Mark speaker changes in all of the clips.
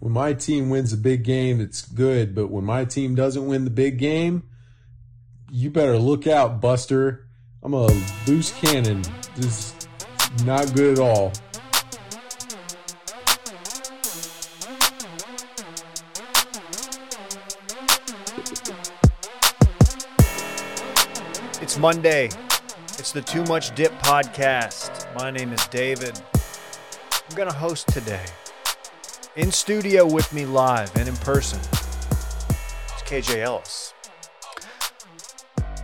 Speaker 1: when my team wins a big game, it's good. But when my team doesn't win the big game, you better look out, Buster. I'm a loose cannon. This is not good at all.
Speaker 2: It's Monday. It's the Too Much Dip podcast. My name is David. I'm going to host today. In studio with me live and in person It's KJ Ellis.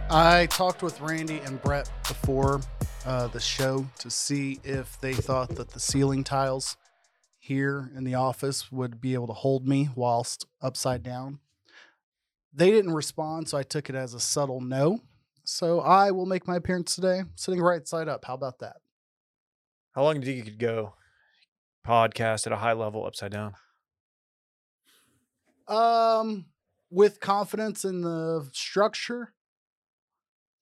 Speaker 3: I talked with Randy and Brett before uh, the show to see if they thought that the ceiling tiles here in the office would be able to hold me whilst upside down. They didn't respond, so I took it as a subtle no. So I will make my appearance today sitting right side up. How about that?
Speaker 2: How long do you think you could go podcast at a high level upside down?
Speaker 3: Um, with confidence in the structure,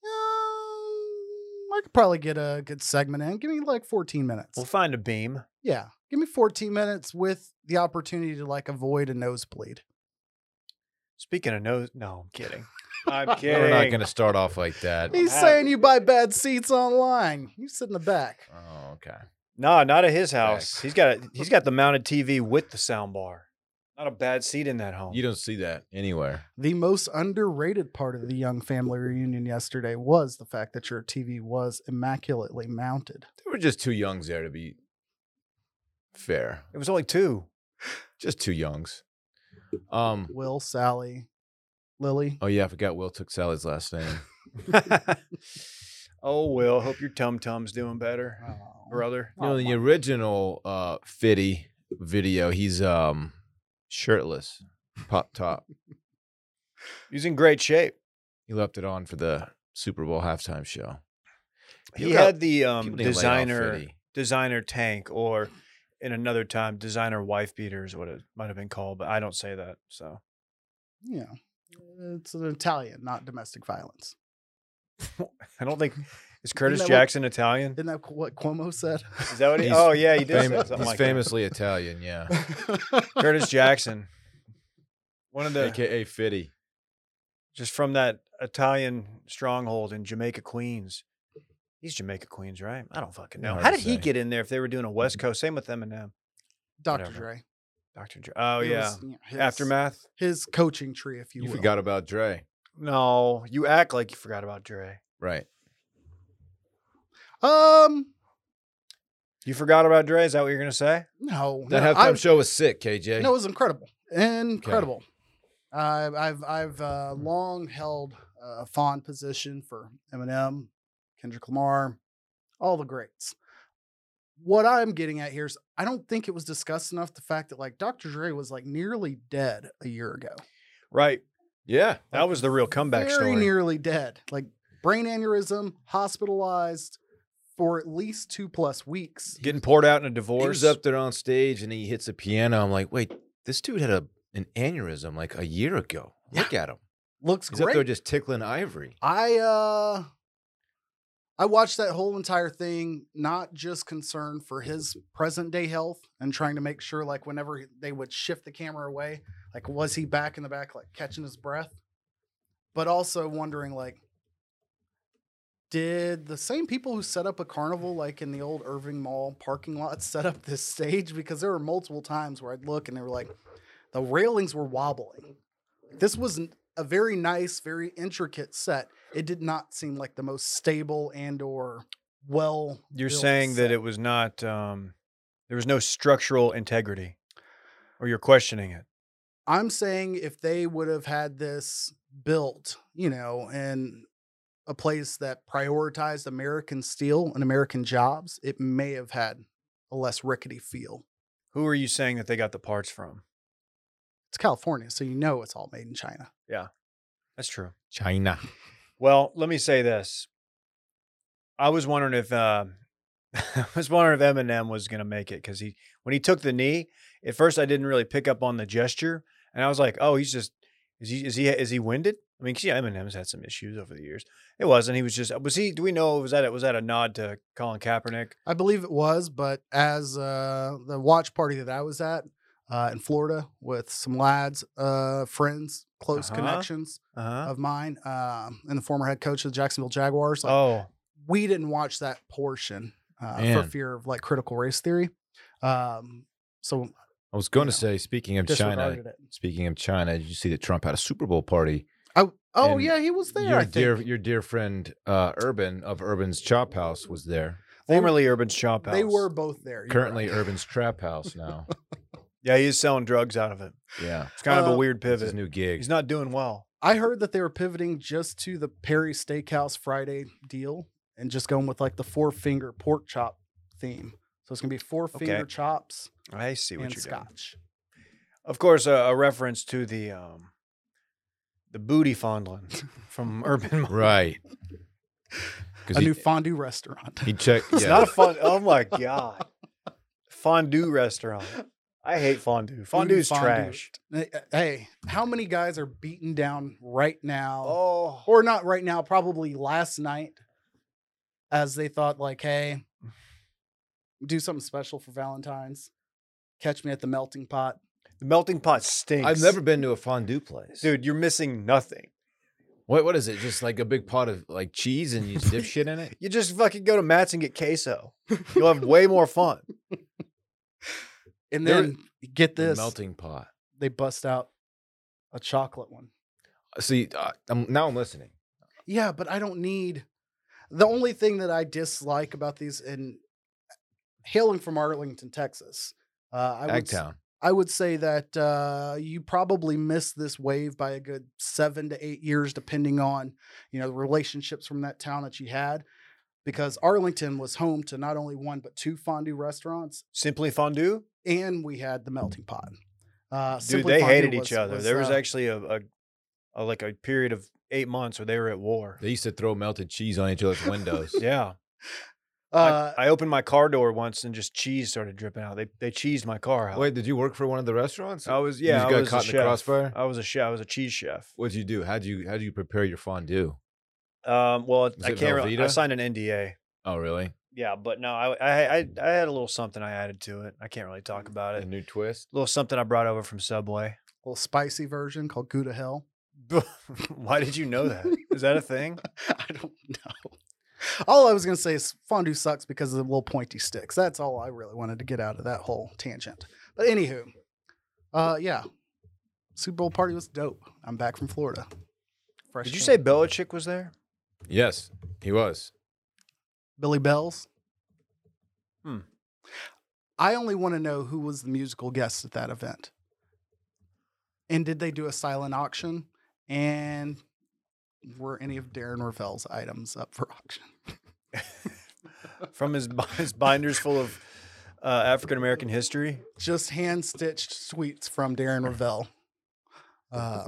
Speaker 3: um, I could probably get a good segment in. Give me like 14 minutes.
Speaker 2: We'll find a beam.
Speaker 3: Yeah. Give me 14 minutes with the opportunity to like avoid a nosebleed.
Speaker 2: Speaking of no, no, I'm kidding. I'm
Speaker 3: We're
Speaker 2: kidding.
Speaker 4: We're not going to start off like that.
Speaker 3: He's
Speaker 2: have-
Speaker 3: saying you buy bad seats online. You sit in the back.
Speaker 4: Oh, okay.
Speaker 2: No, not at his house.
Speaker 4: Facts.
Speaker 2: He's got a, he's got the mounted TV with the sound bar. Not a bad seat in that home.
Speaker 4: You don't see that anywhere.
Speaker 3: The most underrated part of the young family reunion yesterday was the fact that your TV was immaculately mounted.
Speaker 4: There were just two youngs there to be fair.
Speaker 2: it was only two.
Speaker 4: Just two youngs. Um.
Speaker 3: Will, Sally, Lily.
Speaker 4: Oh yeah, I forgot. Will took Sally's last name.
Speaker 2: oh well, hope your tum tum's doing better,
Speaker 4: Uh,
Speaker 3: Aw.
Speaker 2: brother.
Speaker 4: You know, in the original uh, Fitty video, he's um shirtless, pop top.
Speaker 2: He's in great shape.
Speaker 4: He left it on for the Super Bowl halftime show.
Speaker 2: He
Speaker 4: People got-
Speaker 2: had the um,
Speaker 4: people need to lay off
Speaker 2: designer
Speaker 4: Fitty.
Speaker 2: designer tank, or in another time, designer wife beater is what it might have been called, but I don't say that. So
Speaker 3: Yeah. It's an Italian, not domestic violence.
Speaker 2: I don't think is Curtis
Speaker 3: that what-
Speaker 2: Jackson Italian.
Speaker 3: Isn't that what Cuomo said?
Speaker 2: Is that what he?
Speaker 4: He's
Speaker 2: Oh yeah, he did. say
Speaker 4: Fam-
Speaker 2: something
Speaker 4: he's
Speaker 2: like that.
Speaker 4: famously Italian, yeah.
Speaker 2: Curtis Jackson. One of the
Speaker 4: AKA Fitty.
Speaker 2: just from that Italian stronghold in Jamaica, Queens. He's Jamaica, Queens, right? I don't fucking know.
Speaker 4: Hard
Speaker 2: How
Speaker 4: to
Speaker 2: did he
Speaker 4: say.
Speaker 2: get in there if they were doing a West Coast? Same with Eminem.
Speaker 3: Dr.
Speaker 2: Whatever.
Speaker 3: Dre.
Speaker 2: Dr. Dre. Oh,
Speaker 3: It
Speaker 2: yeah.
Speaker 3: was, you know, his-
Speaker 2: Aftermath?
Speaker 3: His coaching tree, if you,
Speaker 4: You,
Speaker 3: will.
Speaker 4: forgot about Dre,
Speaker 2: No, you act like you forgot about Dre.
Speaker 4: right?
Speaker 3: Um,
Speaker 2: You forgot about Dre? Is that what you're going to say?
Speaker 3: no.
Speaker 4: That
Speaker 3: no,
Speaker 4: halftime
Speaker 3: I-
Speaker 4: show was sick, KJ.
Speaker 3: No, it was incredible, incredible. I I've I've uh, long held a fond position for Eminem, Kendrick Lamar, all the greats. What I'm getting at here is I don't think it was discussed enough the fact that like Dr. Dre was like nearly dead a year ago.
Speaker 2: Right.
Speaker 4: yeah.
Speaker 2: That was the real Oh, comeback
Speaker 3: Very
Speaker 2: story.
Speaker 3: nearly dead. Like brain aneurysm, hospitalized for at least two plus weeks.
Speaker 2: Getting poured out in a
Speaker 4: He
Speaker 2: divorce.
Speaker 4: was up there on stage and he hits a piano. I'm like, wait, this dude had a an aneurysm like a year ago. Look at him.
Speaker 3: Looks
Speaker 4: He's
Speaker 3: great.
Speaker 4: up there just tickling ivory.
Speaker 3: I uh I watched that whole entire thing not just concerned for his present day health and trying to make sure like whenever they would shift the camera away, like was he back in the back like catching his breath? But also wondering like did the same people who set up a carnival like in the old Irving Mall parking lot set up this stage because there were multiple times where I'd look and they were like the railings were wobbling. This was n- a very nice, very intricate set. It did not seem like the most stable and or well.
Speaker 2: you're saying that it was not, um, there was no structural integrity, or you're questioning it.
Speaker 3: I'm saying if they would have had this built, you know, in a place that prioritized American steel and American jobs, it may have had a less rickety feel.
Speaker 2: Who are you saying that they got the parts from?
Speaker 3: It's California, so you know it's all made in China.
Speaker 2: That's true.
Speaker 4: China.
Speaker 2: Well, let me say this. I was wondering if uh, I was wondering if Eminem was going to make it because he when he took the knee at first I didn't really pick up on the gesture and I was like, oh, he's just is he is he is he winded? I mean, 'cause, yeah, Eminem's had some issues over the years. It wasn't. He was just uh, was he? Do we know was that a, was that a nod to Colin Kaepernick?
Speaker 3: I believe it was, but as uh, the watch party that I was at, uh, in Florida with some lads, uh, friends, close
Speaker 2: Uh-huh.
Speaker 3: connections
Speaker 2: Uh-huh.
Speaker 3: of mine, um, and the former head coach of the Jacksonville Jaguars. Like,
Speaker 2: Oh,
Speaker 3: we didn't watch that portion uh, for
Speaker 4: Man.
Speaker 3: fear of like critical race theory. Um, so
Speaker 4: I was going
Speaker 3: know,
Speaker 4: to say, speaking of China,
Speaker 3: disregarded it.
Speaker 4: speaking of China, did you see that Trump had a Super Bowl party?
Speaker 3: I, oh
Speaker 4: And
Speaker 3: yeah, he was there.
Speaker 4: your
Speaker 3: I think.
Speaker 4: dear, your dear friend uh, Urban of Urban's Chop House was there.
Speaker 3: They were-
Speaker 2: formerly Urban's Chop House.
Speaker 3: They were both there. you're
Speaker 4: Currently,
Speaker 3: right.
Speaker 4: Urban's Trap House now.
Speaker 2: Yeah, he's selling drugs out of it.
Speaker 4: Yeah,
Speaker 2: It's kind of
Speaker 3: Uh,
Speaker 2: a weird
Speaker 4: that's his
Speaker 2: pivot.
Speaker 4: new gig.
Speaker 2: He's not doing well.
Speaker 3: I heard that they were pivoting just to the Perry Steakhouse Friday deal and just going with like the four finger pork chop theme. So it's gonna be four finger chops
Speaker 2: I see what
Speaker 3: and
Speaker 2: you're doing.
Speaker 3: scotch.
Speaker 2: Of course, a, a reference to the um, the booty fondling from Urban. Mo-
Speaker 4: right.
Speaker 3: A
Speaker 4: Because
Speaker 3: new
Speaker 4: he, eh
Speaker 3: fondue restaurant.
Speaker 4: he checked.
Speaker 2: It's
Speaker 4: Yeah,
Speaker 2: not a fun. Oh my god, fondue restaurant. I hate fondue. Fondue's
Speaker 3: fondue.
Speaker 2: trash.
Speaker 3: Hey, Hey, how many guys are beaten down right now?
Speaker 2: Oh,
Speaker 3: Or not right now, probably last night, as they thought, like, hey, do something special for Valentine's. Catch me at the melting pot.
Speaker 2: the melting pot stinks.
Speaker 4: I've never been to a fondue place,
Speaker 2: dude. You're missing nothing.
Speaker 4: What what is it? Just like a big pot of like cheese and you just dip shit in it.
Speaker 2: You just fucking go to Matt's and get queso. You'll have way more fun.
Speaker 3: And
Speaker 4: There-
Speaker 3: then get
Speaker 4: The
Speaker 3: this
Speaker 4: melting pot.
Speaker 3: they bust out a chocolate one.
Speaker 4: See, uh, I'm, now I'm listening.
Speaker 3: Yeah, but I don't need the only thing that I dislike about these and eh, hailing from Arlington, Texas. Uh, I, would, s-
Speaker 4: Agtown.
Speaker 3: I would say that uh, you probably missed this wave by a good seven to eight years, depending on you know the relationships from that town that you had, because Arlington was home to not only one but two fondue restaurants,
Speaker 2: Simply fondue.
Speaker 3: and we had the Melting Pot. Uh,
Speaker 2: Dude,
Speaker 3: Simply
Speaker 2: they
Speaker 3: Fondue
Speaker 2: hated each other. there was
Speaker 3: uh,
Speaker 2: actually a, a, a like a period of eight months where they were at war.
Speaker 4: They used to throw melted cheese on each other's windows.
Speaker 2: Yeah,
Speaker 3: uh,
Speaker 2: I, I opened my car door once and just cheese started dripping out. They they cheesed my car out.
Speaker 4: Wait, did you work for one of the restaurants?
Speaker 2: I was
Speaker 4: You
Speaker 2: yeah,
Speaker 4: just
Speaker 2: I
Speaker 4: got
Speaker 2: was
Speaker 4: caught
Speaker 2: a
Speaker 4: in
Speaker 2: chef.
Speaker 4: the crossfire?
Speaker 2: I was a chef. I was a cheese chef.
Speaker 4: What'd you do? How'd you how'd you prepare your fondue?
Speaker 2: Um, well, I
Speaker 4: it
Speaker 2: can't. Really, I
Speaker 4: Velveeta?
Speaker 2: signed an NDA.
Speaker 4: Oh, really?
Speaker 2: Yeah, but no, I, I I I had a little something I added to it. I can't really talk about
Speaker 4: A
Speaker 2: it.
Speaker 4: new twist.
Speaker 2: A little something I brought over from Subway.
Speaker 3: little spicy version called Gouda Hell.
Speaker 2: Why did you know that? Is that a thing?
Speaker 3: I don't know. All I was going to say is fondue sucks because of the little pointy sticks. That's all I really wanted to get out of that whole tangent. But anywho, uh, yeah, Super Bowl party was dope. I'm back from Florida. Fresh
Speaker 2: Did you
Speaker 3: can-
Speaker 2: say Belichick was there?
Speaker 4: Yes, he was.
Speaker 3: Billy Bells?
Speaker 2: Hmm.
Speaker 3: I only want to know who was the musical guest at that event, and did they do a silent auction, and were any of Darren Ravel's items up for auction?
Speaker 2: From his bi- his binders full of uh, African American history.
Speaker 3: just hand stitched sweets from Darren Ravel. Uh,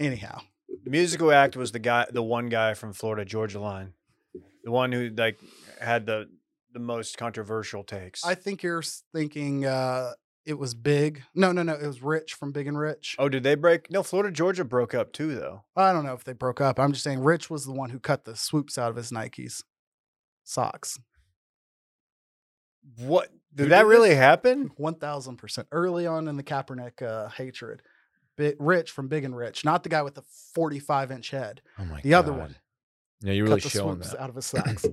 Speaker 3: anyhow,
Speaker 2: The musical act was the guy, the one guy from Florida Georgia Line, the one who like had the the most controversial takes.
Speaker 3: I think you're s- thinking uh, it was Big. No, no, no, it was Rich from Big and Rich.
Speaker 2: oh, did they break? No, Florida Georgia broke up too, though.
Speaker 3: I don't know if they broke up. I'm just saying Rich was the one who cut the swoops out of his Nikes socks.
Speaker 2: What did
Speaker 3: Who
Speaker 2: that
Speaker 3: did
Speaker 2: really
Speaker 3: this?
Speaker 2: happen?
Speaker 3: One thousand percent early on in the Kaepernick uh, hatred. Bi Rich from Big and Rich, not the guy with the 45 inch head.
Speaker 4: Oh my
Speaker 3: The other one.
Speaker 4: God. Yeah, you're really
Speaker 3: cut the
Speaker 4: showing
Speaker 3: swoops
Speaker 4: that.
Speaker 3: out of his socks.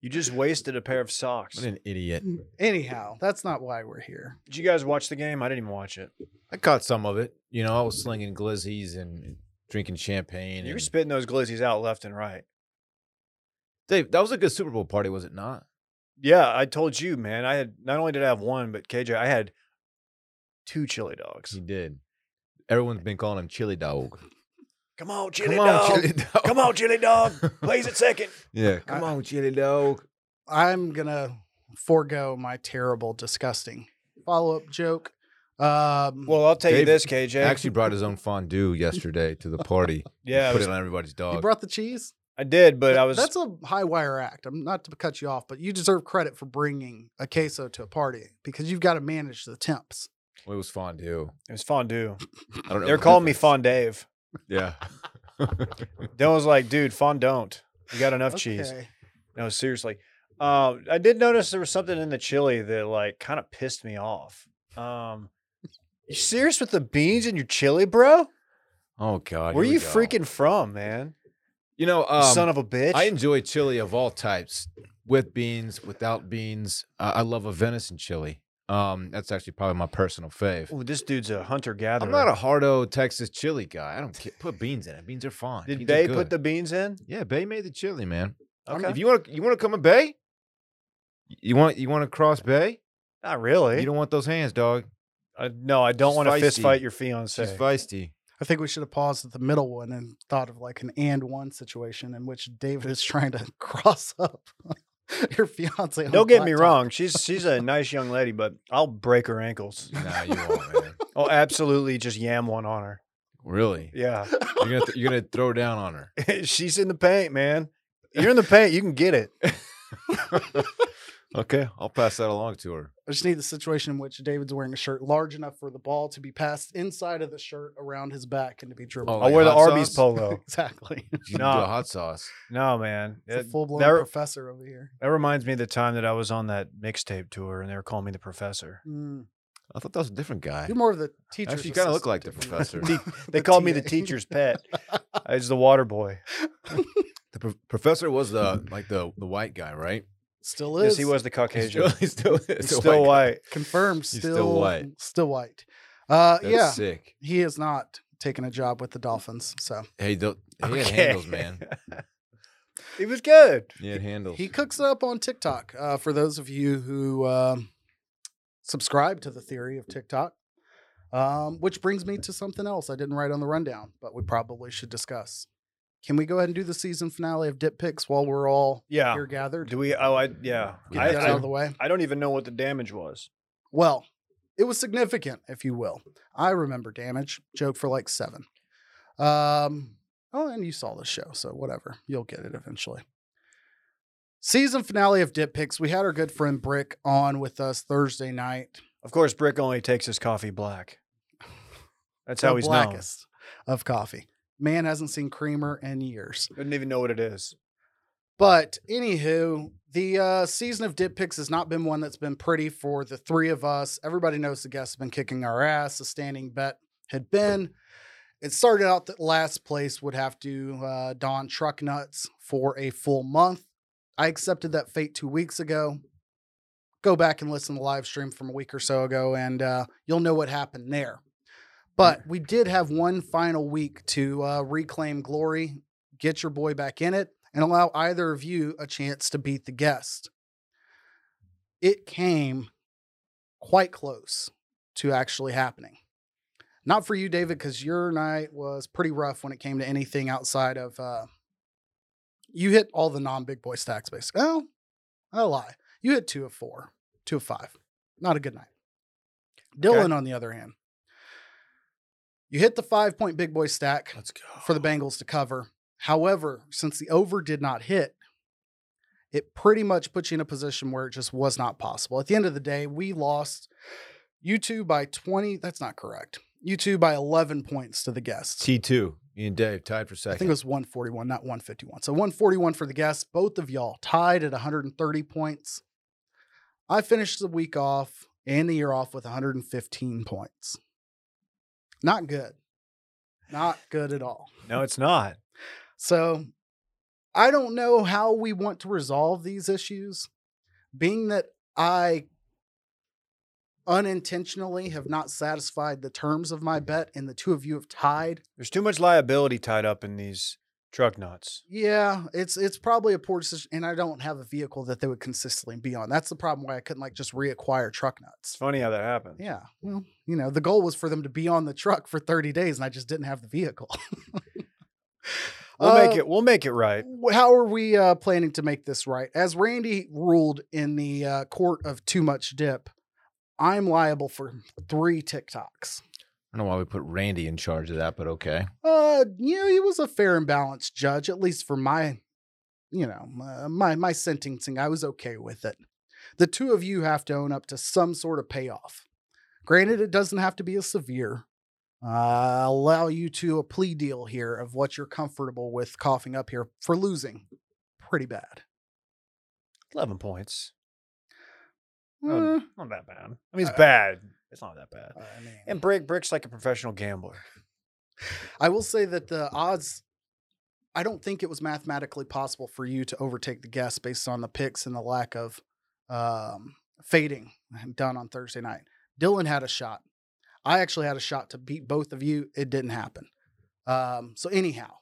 Speaker 2: You just wasted a pair of socks.
Speaker 4: What an idiot.
Speaker 3: Anyhow, that's not why we're here.
Speaker 2: Did you guys watch the game? I didn't even watch it.
Speaker 4: I caught some of it. You know, I was slinging glizzies and drinking champagne.
Speaker 2: You were
Speaker 4: and-
Speaker 2: spitting those glizzies out left and right.
Speaker 4: Dave, that was a good Super Bowl party, was it not?
Speaker 2: Yeah, I told you, man. I had not only did I have one, but KJ, I had two chili dogs.
Speaker 4: He did. Everyone's been calling him Chili Dog.
Speaker 2: Come on, chili
Speaker 4: Come
Speaker 2: dog.
Speaker 4: on, Chili Dog.
Speaker 2: Come on, chili dog. Plays it second.
Speaker 4: Yeah, come
Speaker 3: I-
Speaker 4: on, Chili Dog.
Speaker 3: I'm gonna forego my terrible, disgusting follow up joke. Um,
Speaker 2: Well, I'll tell you
Speaker 4: Dave
Speaker 2: this, KJ.
Speaker 4: Actually, brought his own fondue yesterday to the party.
Speaker 2: yeah, it
Speaker 4: put
Speaker 2: was-
Speaker 4: it on everybody's
Speaker 3: you
Speaker 4: dog.
Speaker 3: brought the cheese,
Speaker 2: I did, uh, but I
Speaker 3: Th-
Speaker 2: was
Speaker 3: That's a high wire act. I'm not to cut you off, but you deserve credit for bringing a queso to a party because you've got to manage the temps.
Speaker 4: Well, it was fondue.
Speaker 2: it was fondue.
Speaker 4: I don't know.
Speaker 2: They're
Speaker 4: the
Speaker 2: calling me
Speaker 4: difference.
Speaker 2: Fond Dave.
Speaker 4: Yeah.
Speaker 2: Dan was like, dude, Fond don't. You got enough cheese.
Speaker 3: Okay.
Speaker 2: No, seriously. Uh, Um, I did notice there was something in the chili that like kind of pissed me off. Um, You serious with the beans and your chili, bro?
Speaker 4: Oh God,
Speaker 2: Where
Speaker 4: here
Speaker 2: you
Speaker 4: we go.
Speaker 2: freaking from, man?
Speaker 4: You know,
Speaker 2: You
Speaker 4: um,
Speaker 2: Son of a bitch.
Speaker 4: I enjoy chili of all types, with beans, without beans. Uh, I love a venison chili. Um, that's actually probably my personal fave.
Speaker 2: Ooh, this dude's a hunter gatherer.
Speaker 4: I'm not a hardo Texas chili guy. I don't care. put beans in it. Beans are fine.
Speaker 2: Did
Speaker 4: Beans are
Speaker 2: Bay put
Speaker 4: good.
Speaker 2: the beans in?
Speaker 4: Yeah, Bay made the chili, man.
Speaker 2: Okay.
Speaker 4: If you want to, you want to come to Bay. You want you want to cross Bay?
Speaker 2: Not really.
Speaker 4: You don't want those hands, dog.
Speaker 2: Uh, no, I don't
Speaker 4: She's
Speaker 2: want to fist
Speaker 4: feisty.
Speaker 2: fight your
Speaker 4: She's
Speaker 2: fiance.
Speaker 4: feisty.
Speaker 3: I think we should have paused at the middle one and thought of like an and one situation in which David is trying to cross up your fiance. on
Speaker 2: Don't
Speaker 3: the
Speaker 2: get me
Speaker 3: blacktop.
Speaker 2: wrong. She's she's a nice young lady, but I'll break her ankles.
Speaker 4: Nah, you won't, man.
Speaker 2: I'll Oh, absolutely just yam one on her.
Speaker 4: Really?
Speaker 2: Yeah.
Speaker 4: You're gonna th- you're gonna throw down on her.
Speaker 2: she's in the paint, man. You're in the paint. You can get it.
Speaker 4: Okay, I'll pass that along to her.
Speaker 3: I just need the situation in which David's wearing a shirt large enough for the ball to be passed inside of the shirt around his back and to be dribbled.
Speaker 4: Oh,
Speaker 2: I'll
Speaker 4: like
Speaker 2: wear the
Speaker 4: hot
Speaker 2: Arby's
Speaker 4: sauce?
Speaker 2: polo.
Speaker 3: Exactly.
Speaker 4: You can do
Speaker 2: Nah.
Speaker 4: a hot sauce.
Speaker 2: No, man.
Speaker 3: It's a
Speaker 2: It-
Speaker 3: full blown
Speaker 2: that,
Speaker 3: professor over here.
Speaker 2: that reminds me of the time that I was on that mixtape tour and they were calling me the professor.
Speaker 3: Mm.
Speaker 4: I thought that was a different guy.
Speaker 3: You're more of the teacher.
Speaker 4: Actually, you kinda look like the professor.
Speaker 2: They called me the teacher's pet. I was the water boy.
Speaker 4: The pro- professor was the like the the white guy, right?
Speaker 3: Still is.
Speaker 2: Yes, he was the Caucasian.
Speaker 4: Still, he's still,
Speaker 2: He's
Speaker 4: he's a
Speaker 2: still
Speaker 4: white. guy.
Speaker 2: white.
Speaker 3: confirmed.
Speaker 4: He's
Speaker 3: Still,
Speaker 4: still white.
Speaker 3: Still white. Uh,
Speaker 4: That's
Speaker 3: yeah,
Speaker 4: sick.
Speaker 3: he is not taking a job with the Dolphins. So
Speaker 4: Hey, tho- he had
Speaker 2: Okay.
Speaker 4: handles, man.
Speaker 2: He was good.
Speaker 4: He had handles.
Speaker 3: he cooks up on TikTok. Uh, for those of you who um, subscribe to the theory of TikTok, um, which brings me to something else I didn't write on the rundown, but we probably should discuss. Can we go ahead and do the season finale of Dip Picks while we're all
Speaker 2: Yeah.
Speaker 3: here gathered?
Speaker 2: Do we? Oh, I yeah.
Speaker 4: Get
Speaker 2: I,
Speaker 3: Get that out of the
Speaker 2: I,
Speaker 3: way.
Speaker 2: I don't even know what the damage was.
Speaker 3: Well, it was significant, if you will. I remember damage joke for like seven. Um, oh, and you saw the show, so whatever, you'll get it eventually. Season finale of Dip Picks. We had our good friend Brick on with us Thursday night.
Speaker 2: Of course, Brick only takes his coffee black. That's
Speaker 3: the
Speaker 2: how he's known.
Speaker 3: blackest of coffee. Man hasn't seen creamer in years.
Speaker 2: Didn't even know what it is.
Speaker 3: But anywho, the uh, season of Dip Picks has not been one that's been pretty for the three of us. Everybody knows the guests have been kicking our ass. The standing bet had been. It started out that last place would have to uh, don truck nuts for a full month. I accepted that fate two weeks ago. Go back and listen to the live stream from a week or so ago, and uh, you'll know what happened there. But we did have one final week to uh, reclaim glory get your boy back in it, and allow either of you a chance to beat the guest. It came quite close to actually happening. Not for you, David, because your night was pretty rough when it came to anything outside of uh, you hit all the non big boy stacks, basically. Oh, I lie. You hit two of four, two of five. Not a good night. Dylan, on the other hand, you hit the five point big boy stack
Speaker 4: Let's go
Speaker 3: for the Bengals to cover. However, since the over did not hit, it pretty much put you in a position where it just was not possible. At the end of the day, we lost you two by 20. That's not correct. You two by 11 points to the guests.
Speaker 4: T two. Me and Dave tied for
Speaker 3: I
Speaker 4: second.
Speaker 3: think it was 141, not 151. So 141 for the guests. Both of y'all tied at 130 points. I finished the week off and the year off with 115 points. Not good. Not good at all.
Speaker 2: No, it's not.
Speaker 3: So I don't know how we want to resolve these issues, being that I unintentionally have not satisfied the terms of my bet and the two of you have tied.
Speaker 2: There's too much liability tied up in these truck nuts.
Speaker 3: Yeah, it's it's probably a poor decision and I don't have a vehicle that they would consistently be on. That's the problem why I couldn't like just reacquire truck
Speaker 2: It's
Speaker 3: nuts.
Speaker 2: funny how that happened.
Speaker 3: Yeah. Well, you know, the goal was for them to be on the truck for 30 days and I just didn't have the vehicle.
Speaker 2: We'll
Speaker 3: Uh,
Speaker 2: make it. We'll make it right.
Speaker 3: w- how are we uh, planning to make this right? As Randy ruled in the uh, court of too much dip, I'm liable for three TikToks.
Speaker 4: I don't know why we put Randy in charge of that, but okay.
Speaker 3: Uh, you know, he was a fair and balanced judge, at least for my, you know, uh, my my sentencing. I was okay with it. The two of you have to own up to some sort of payoff. Granted, it doesn't have to be as severe. Uh, I'll allow you to a plea deal here of what you're comfortable with coughing up here for losing, pretty bad.
Speaker 2: Eleven points.
Speaker 3: Eh.
Speaker 2: Not, not that bad. I mean, it's bad. It's not that bad.
Speaker 3: Oh, I mean,
Speaker 2: And Brick Brick's like a professional gambler.
Speaker 3: I will say that the odds. I don't think it was mathematically possible for you to overtake the guests based on the picks and the lack of um, fading done on Thursday night. Dylan had a shot. I actually had a shot to beat both of you. It didn't happen. Um, so anyhow,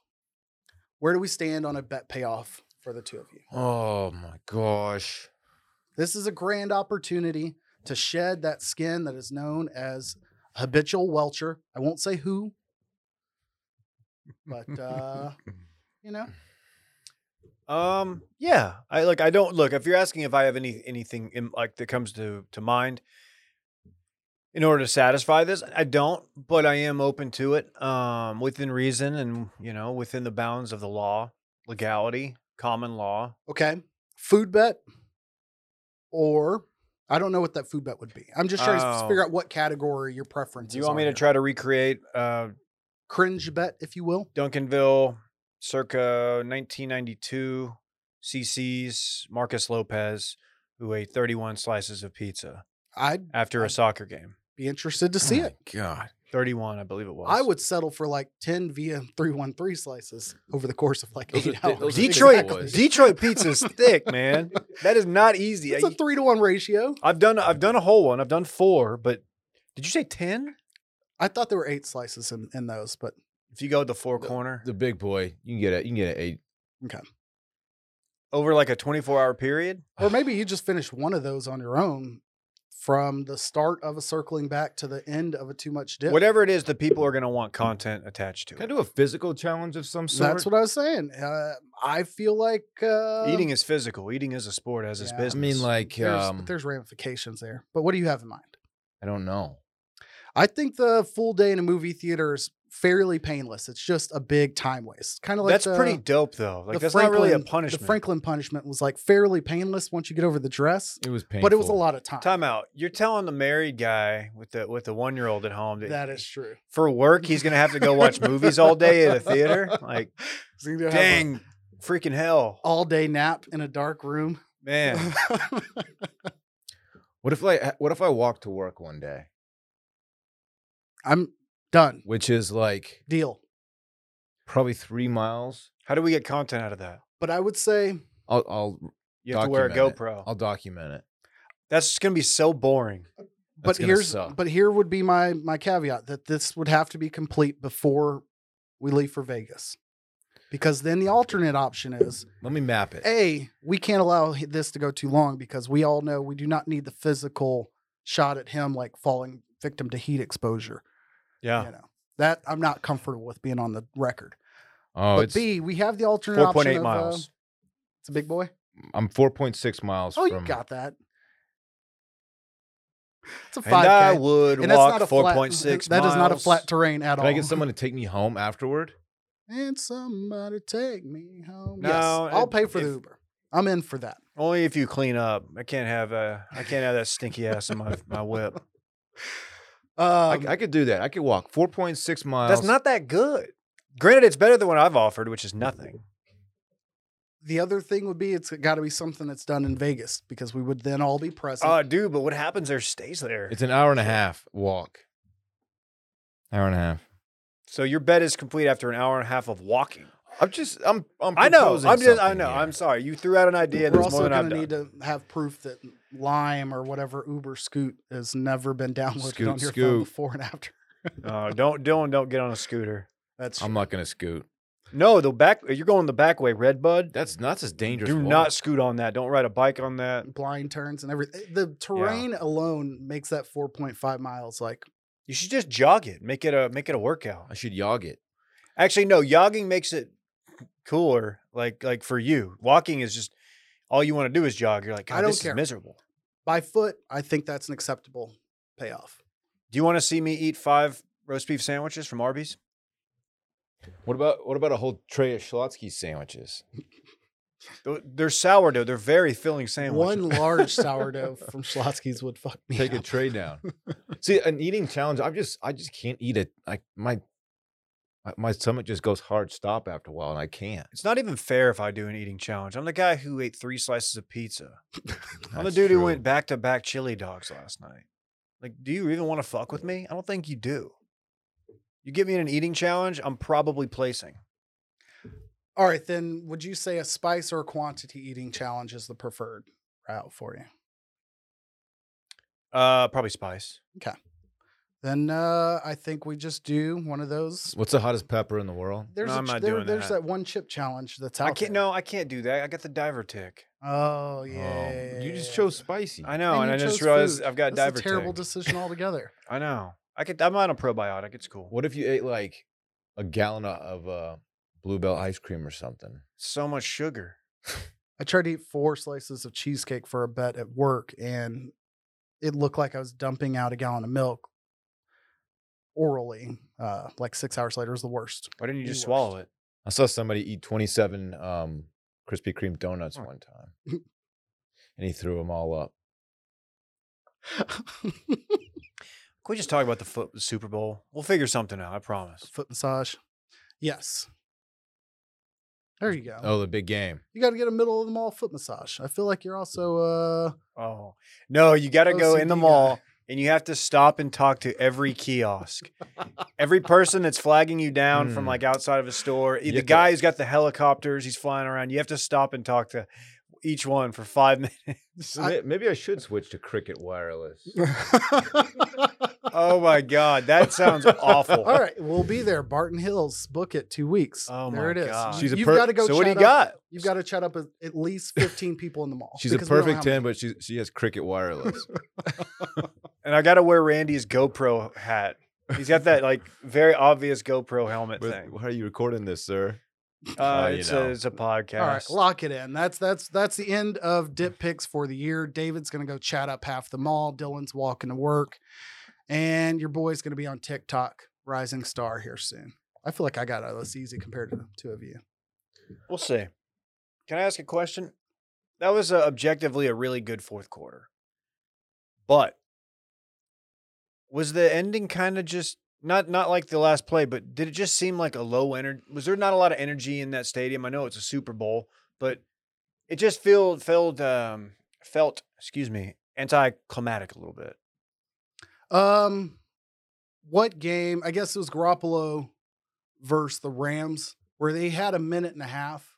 Speaker 3: where do we stand on a bet payoff for the two of you?
Speaker 4: Oh my gosh.
Speaker 3: This is a grand opportunity to shed that skin that is known as habitual welcher. I won't say who, but uh, you know,
Speaker 2: Um, yeah, I like. I don't look. If you're asking if I have any anything in, like that comes to to mind in order to satisfy this, I don't. But I am open to it, um, within reason and you know within the bounds of the law, legality, common law.
Speaker 3: okay, food bet, or I don't know what that food bet would be. I'm just trying to
Speaker 2: Oh.
Speaker 3: figure out what category your preference.
Speaker 2: Do you want me to try to recreate uh,
Speaker 3: cringe bet, if you will?
Speaker 2: Duncanville, circa 1992, CC's Marcus Lopez, who ate 31 slices of pizza
Speaker 3: I'd
Speaker 2: after a
Speaker 3: I'd-
Speaker 2: soccer game?
Speaker 3: be interested to see
Speaker 4: Oh,
Speaker 3: it.
Speaker 4: God.
Speaker 2: 31, I believe it was.
Speaker 3: I would settle for like ten via three one three slices over the course of like
Speaker 4: Those
Speaker 3: eight
Speaker 4: are thi-
Speaker 3: hours.
Speaker 4: those are thick
Speaker 2: Detroit
Speaker 4: boys.
Speaker 2: Detroit pizza's thick, man. That is not easy.
Speaker 3: It's a
Speaker 2: I,
Speaker 3: three to one ratio.
Speaker 2: I've done I've done a whole one. I've done four, but did you say ten?
Speaker 3: I thought there were eight slices in, in those, but
Speaker 2: If you go with the four corner
Speaker 4: The big boy. You can get it. You can get it eight.
Speaker 2: over like a twenty four hour period,
Speaker 3: or maybe you just finished one of those on your own from the start of a circling back to the end of a too much dip.
Speaker 2: whatever it is, the people are going to want content attached to
Speaker 4: Can I
Speaker 2: it.
Speaker 4: do a physical challenge of some sort?
Speaker 3: That's what I was saying. Uh, I feel like uh,
Speaker 2: Eating is physical. Eating is a sport, as is
Speaker 3: Yeah. I
Speaker 4: I
Speaker 2: business.
Speaker 4: mean, like,
Speaker 3: There's,
Speaker 4: um,
Speaker 3: there's ramifications there, but what do you have in mind?
Speaker 4: I don't know.
Speaker 3: I think the full day in a movie theater is fairly painless. It's just a big time waste. Kind of like
Speaker 2: that's
Speaker 3: the-
Speaker 2: pretty dope, though.
Speaker 3: the
Speaker 2: Like that's not really a
Speaker 3: Franklin-
Speaker 2: punishment.
Speaker 3: The Franklin punishment was like fairly painless once you get over the dress,
Speaker 4: It was painful.
Speaker 3: but it was a lot of time.
Speaker 2: Time out. You're telling the married guy with the with the one year old at home that,
Speaker 3: That is true.
Speaker 2: for work he's going to have to go watch movies all day at a theater. Like,
Speaker 3: So you have a
Speaker 2: dang, freaking hell,
Speaker 3: all day nap in a dark room.
Speaker 2: man.
Speaker 4: What if like what if I walk to work one day,
Speaker 3: I'm done.
Speaker 4: which is like
Speaker 3: Deal.
Speaker 4: probably three miles?
Speaker 2: How do we get content out of that?
Speaker 3: But I would say
Speaker 4: I'll I'll,
Speaker 2: You have to wear a
Speaker 4: Document
Speaker 2: GoPro.
Speaker 4: I'll document it.
Speaker 2: That's going to be so boring.
Speaker 3: but
Speaker 4: That's gonna
Speaker 3: here's
Speaker 4: suck.
Speaker 3: but here would be my my caveat that this would have to be complete before we leave for Vegas. Because then the alternate option is
Speaker 4: Let me map it.
Speaker 3: A, we can't allow h- this to go too long because we all know we do not need the physical shot at him like falling victim to heat exposure.
Speaker 2: Yeah.
Speaker 3: You know. That I'm not comfortable with being on the record.
Speaker 4: oh,
Speaker 3: but
Speaker 4: it's
Speaker 3: B, we have the alternate option.
Speaker 2: 4.8
Speaker 3: of, uh,
Speaker 2: miles.
Speaker 3: it's a big boy.
Speaker 4: I'm four point six miles.
Speaker 3: Oh,
Speaker 4: from,
Speaker 3: you got that. It's a
Speaker 2: and I
Speaker 3: five k.
Speaker 2: would
Speaker 3: And that's
Speaker 2: walk
Speaker 3: not a flat.
Speaker 2: 4.6 miles.
Speaker 3: That is not a flat terrain at
Speaker 4: Can
Speaker 3: all.
Speaker 4: I get someone to take me home afterward?
Speaker 3: And somebody take me home.
Speaker 2: No,
Speaker 3: yes, I'll
Speaker 2: it-
Speaker 3: pay for the
Speaker 2: if-
Speaker 3: Uber. I'm in for that.
Speaker 2: Only if you clean up. I can't have uh, I can't have that stinky ass in my, my whip.
Speaker 4: I,
Speaker 3: Um,
Speaker 4: c- I could do that. I could walk four point six miles.
Speaker 2: That's not that good. Granted, it's better than what I've offered, which is nothing.
Speaker 3: the other thing would be it's got to be something that's done in Vegas because we would then all be present.
Speaker 2: Oh, dude, but what happens there stays there.
Speaker 4: It's an hour and a half walk. Hour and a half.
Speaker 2: so your bet is complete after an hour and a half of walking.
Speaker 4: I'm just. I'm. I'm
Speaker 2: I know.
Speaker 4: proposing
Speaker 2: I'm just. I
Speaker 4: something
Speaker 2: know.
Speaker 4: here.
Speaker 2: I'm sorry. You threw out an idea.
Speaker 3: We're
Speaker 2: That's more
Speaker 3: also
Speaker 2: than I've
Speaker 3: going to
Speaker 2: done.
Speaker 3: need to have proof that Lime or whatever Uber Scoot has never been downloaded
Speaker 4: Scoot,
Speaker 3: on your phone
Speaker 4: Scoot.
Speaker 3: before and after.
Speaker 2: No, Uh, don't, don't, don't get on a scooter.
Speaker 3: That's
Speaker 4: I'm
Speaker 3: true.
Speaker 4: not gonna scoot.
Speaker 2: No, the back. You're going the back way, Red Bud.
Speaker 4: That's not as dangerous.
Speaker 2: Do
Speaker 4: walk.
Speaker 2: not scoot on that. Don't ride a bike on that.
Speaker 3: blind turns and everything. The terrain alone makes that 4.5 miles like
Speaker 2: You should just jog it. Make it a make it a workout.
Speaker 4: I should jog it.
Speaker 2: Actually, no, jogging makes it cooler. Like like for you, walking is just all you want to do is jog. You're like,
Speaker 3: I
Speaker 2: God,
Speaker 3: don't
Speaker 2: this
Speaker 3: care.
Speaker 2: is miserable.
Speaker 3: by foot. I think that's an acceptable payoff.
Speaker 2: Do you want to see me eat five roast beef sandwiches from Arby's?
Speaker 4: What about what about a whole tray of Schlotsky sandwiches?
Speaker 2: Th- They're sourdough. They're very filling sandwiches.
Speaker 3: One large sourdough from Schlotsky's would fuck me.
Speaker 4: Take a
Speaker 3: up.
Speaker 4: tray down. See, an eating challenge. I'm just I just can't eat it. I my my- my stomach just goes hard stop after a while, and I can't.
Speaker 2: It's not even fair if I do an eating challenge. I'm the guy who ate three slices of pizza. I'm the
Speaker 4: That's
Speaker 2: dude who
Speaker 4: true.
Speaker 2: went back to back chili dogs last night. Like, do you even want to fuck with me? I don't think you do. You get me in an eating challenge, I'm probably placing.
Speaker 3: All right, then would you say a spice or quantity eating challenge is the preferred route for you?
Speaker 2: Uh, probably spice.
Speaker 3: Then uh, I think we just do one of those.
Speaker 4: What's the hottest pepper in the world?
Speaker 3: There's
Speaker 2: No,
Speaker 3: a
Speaker 2: I'm
Speaker 3: ch-
Speaker 2: not
Speaker 3: there-
Speaker 2: doing
Speaker 3: there's
Speaker 2: that.
Speaker 3: that one chip challenge that's out
Speaker 2: I can't.
Speaker 3: there.
Speaker 2: No, I can't do that. I got the diver tick.
Speaker 3: Oh
Speaker 4: Oh,
Speaker 3: yeah.
Speaker 4: you just chose spicy.
Speaker 2: I know, and,
Speaker 3: you
Speaker 2: I just
Speaker 3: chose
Speaker 2: realized
Speaker 3: food.
Speaker 2: I've got
Speaker 3: That's
Speaker 2: diver
Speaker 3: a terrible
Speaker 2: tick.
Speaker 3: decision altogether.
Speaker 2: I know. I could. I'm on a probiotic. It's cool.
Speaker 4: What if you ate like a gallon of uh, bluebell ice cream or something?
Speaker 2: So much sugar.
Speaker 3: I tried to eat four slices of cheesecake for a bet at work, and it looked like I was dumping out a gallon of milk orally. Uh, like six hours later is the worst.
Speaker 2: Why didn't you
Speaker 3: The
Speaker 2: just swallow
Speaker 3: worst.
Speaker 2: it?
Speaker 4: I saw somebody eat 27 um, Krispy Kreme donuts
Speaker 2: Oh.
Speaker 4: one time, and he threw them all up.
Speaker 2: Can we just talk about the foot the Super Bowl? We'll figure something out. I promise.
Speaker 3: Foot massage. Yes. There you go.
Speaker 4: Oh, the big game.
Speaker 3: You got to get a middle of the mall foot massage. I feel like you're also uh,
Speaker 2: Oh no, you got to go in the
Speaker 3: OCD guy.
Speaker 2: mall and you have to stop and talk to every kiosk, every person that's flagging you down from
Speaker 4: Hmm.
Speaker 2: like outside of a store. e,
Speaker 4: You
Speaker 2: The
Speaker 4: have to-
Speaker 2: guy who's got the helicopters, he's flying around. You have to stop and talk to each one for five minutes.
Speaker 3: I-
Speaker 4: May- Maybe I should switch to Cricket Wireless.
Speaker 2: oh my god, that sounds awful.
Speaker 3: All right, we'll be there. Barton Hills, book it. Two weeks.
Speaker 2: Oh
Speaker 3: there
Speaker 2: my
Speaker 3: it is.
Speaker 2: God.
Speaker 4: She's a
Speaker 3: You've
Speaker 4: per-
Speaker 3: got to go.
Speaker 2: so what do
Speaker 3: chat
Speaker 2: you
Speaker 3: up-
Speaker 2: got?
Speaker 3: You've got to chat up with at least fifteen people in the mall.
Speaker 4: She's a
Speaker 3: because we don't
Speaker 4: perfect
Speaker 3: have
Speaker 4: 10, but she's, she has Cricket Wireless.
Speaker 2: And I got to wear Randy's GoPro hat. He's got that like very obvious GoPro helmet
Speaker 4: But
Speaker 2: thing.
Speaker 4: how are you recording this, sir?
Speaker 2: Uh,
Speaker 4: Oh, you
Speaker 2: it's,
Speaker 4: know.
Speaker 2: a, it's a podcast.
Speaker 3: All right, lock it in. That's that's that's the end of dip picks for the year. David's gonna go chat up half the mall. Dylan's walking to work, and your boy's gonna be on TikTok, rising star here soon. I feel like I got out of this easy compared to the two of you.
Speaker 2: We'll see. Can I ask a question? That was uh, objectively a really good fourth quarter. But was the ending kind of just not not like the last play, but did it just seem like a low energy? Was there not a lot of energy in that stadium? I know it's a Super Bowl, but it just felt felt um, felt excuse me anticlimactic a little bit.
Speaker 3: Um, what game? I guess it was Garoppolo versus the Rams, where they had a minute and a half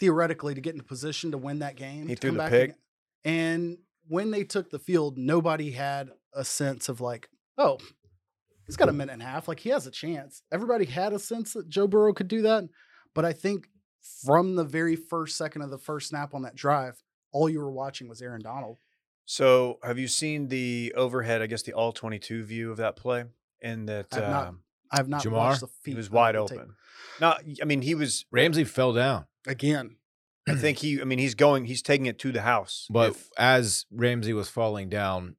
Speaker 3: theoretically to get into position to win that game.
Speaker 2: He
Speaker 3: to
Speaker 2: threw
Speaker 3: come
Speaker 2: the
Speaker 3: back
Speaker 2: pick.
Speaker 3: ag- and when they took the field, nobody had a sense of like, oh, he's got a minute and a half. Like he has a chance. Everybody had a sense that Joe Burrow could do that, but I think from the very first second of the first snap on that drive, all you were watching was Aaron Donald.
Speaker 2: So, have you seen the overhead? I guess the all twenty-two view of that play, and that
Speaker 3: I've not
Speaker 2: um,
Speaker 3: I have not
Speaker 4: Jamar,
Speaker 3: watched the feet.
Speaker 2: he was
Speaker 3: of
Speaker 2: wide
Speaker 3: the tape.
Speaker 2: open. Not, I mean, he was.
Speaker 4: Ramsey fell down.
Speaker 3: again.
Speaker 2: I think he. I mean, he's going. He's taking it to the house.
Speaker 4: But
Speaker 2: If-
Speaker 4: as Ramsey was falling down,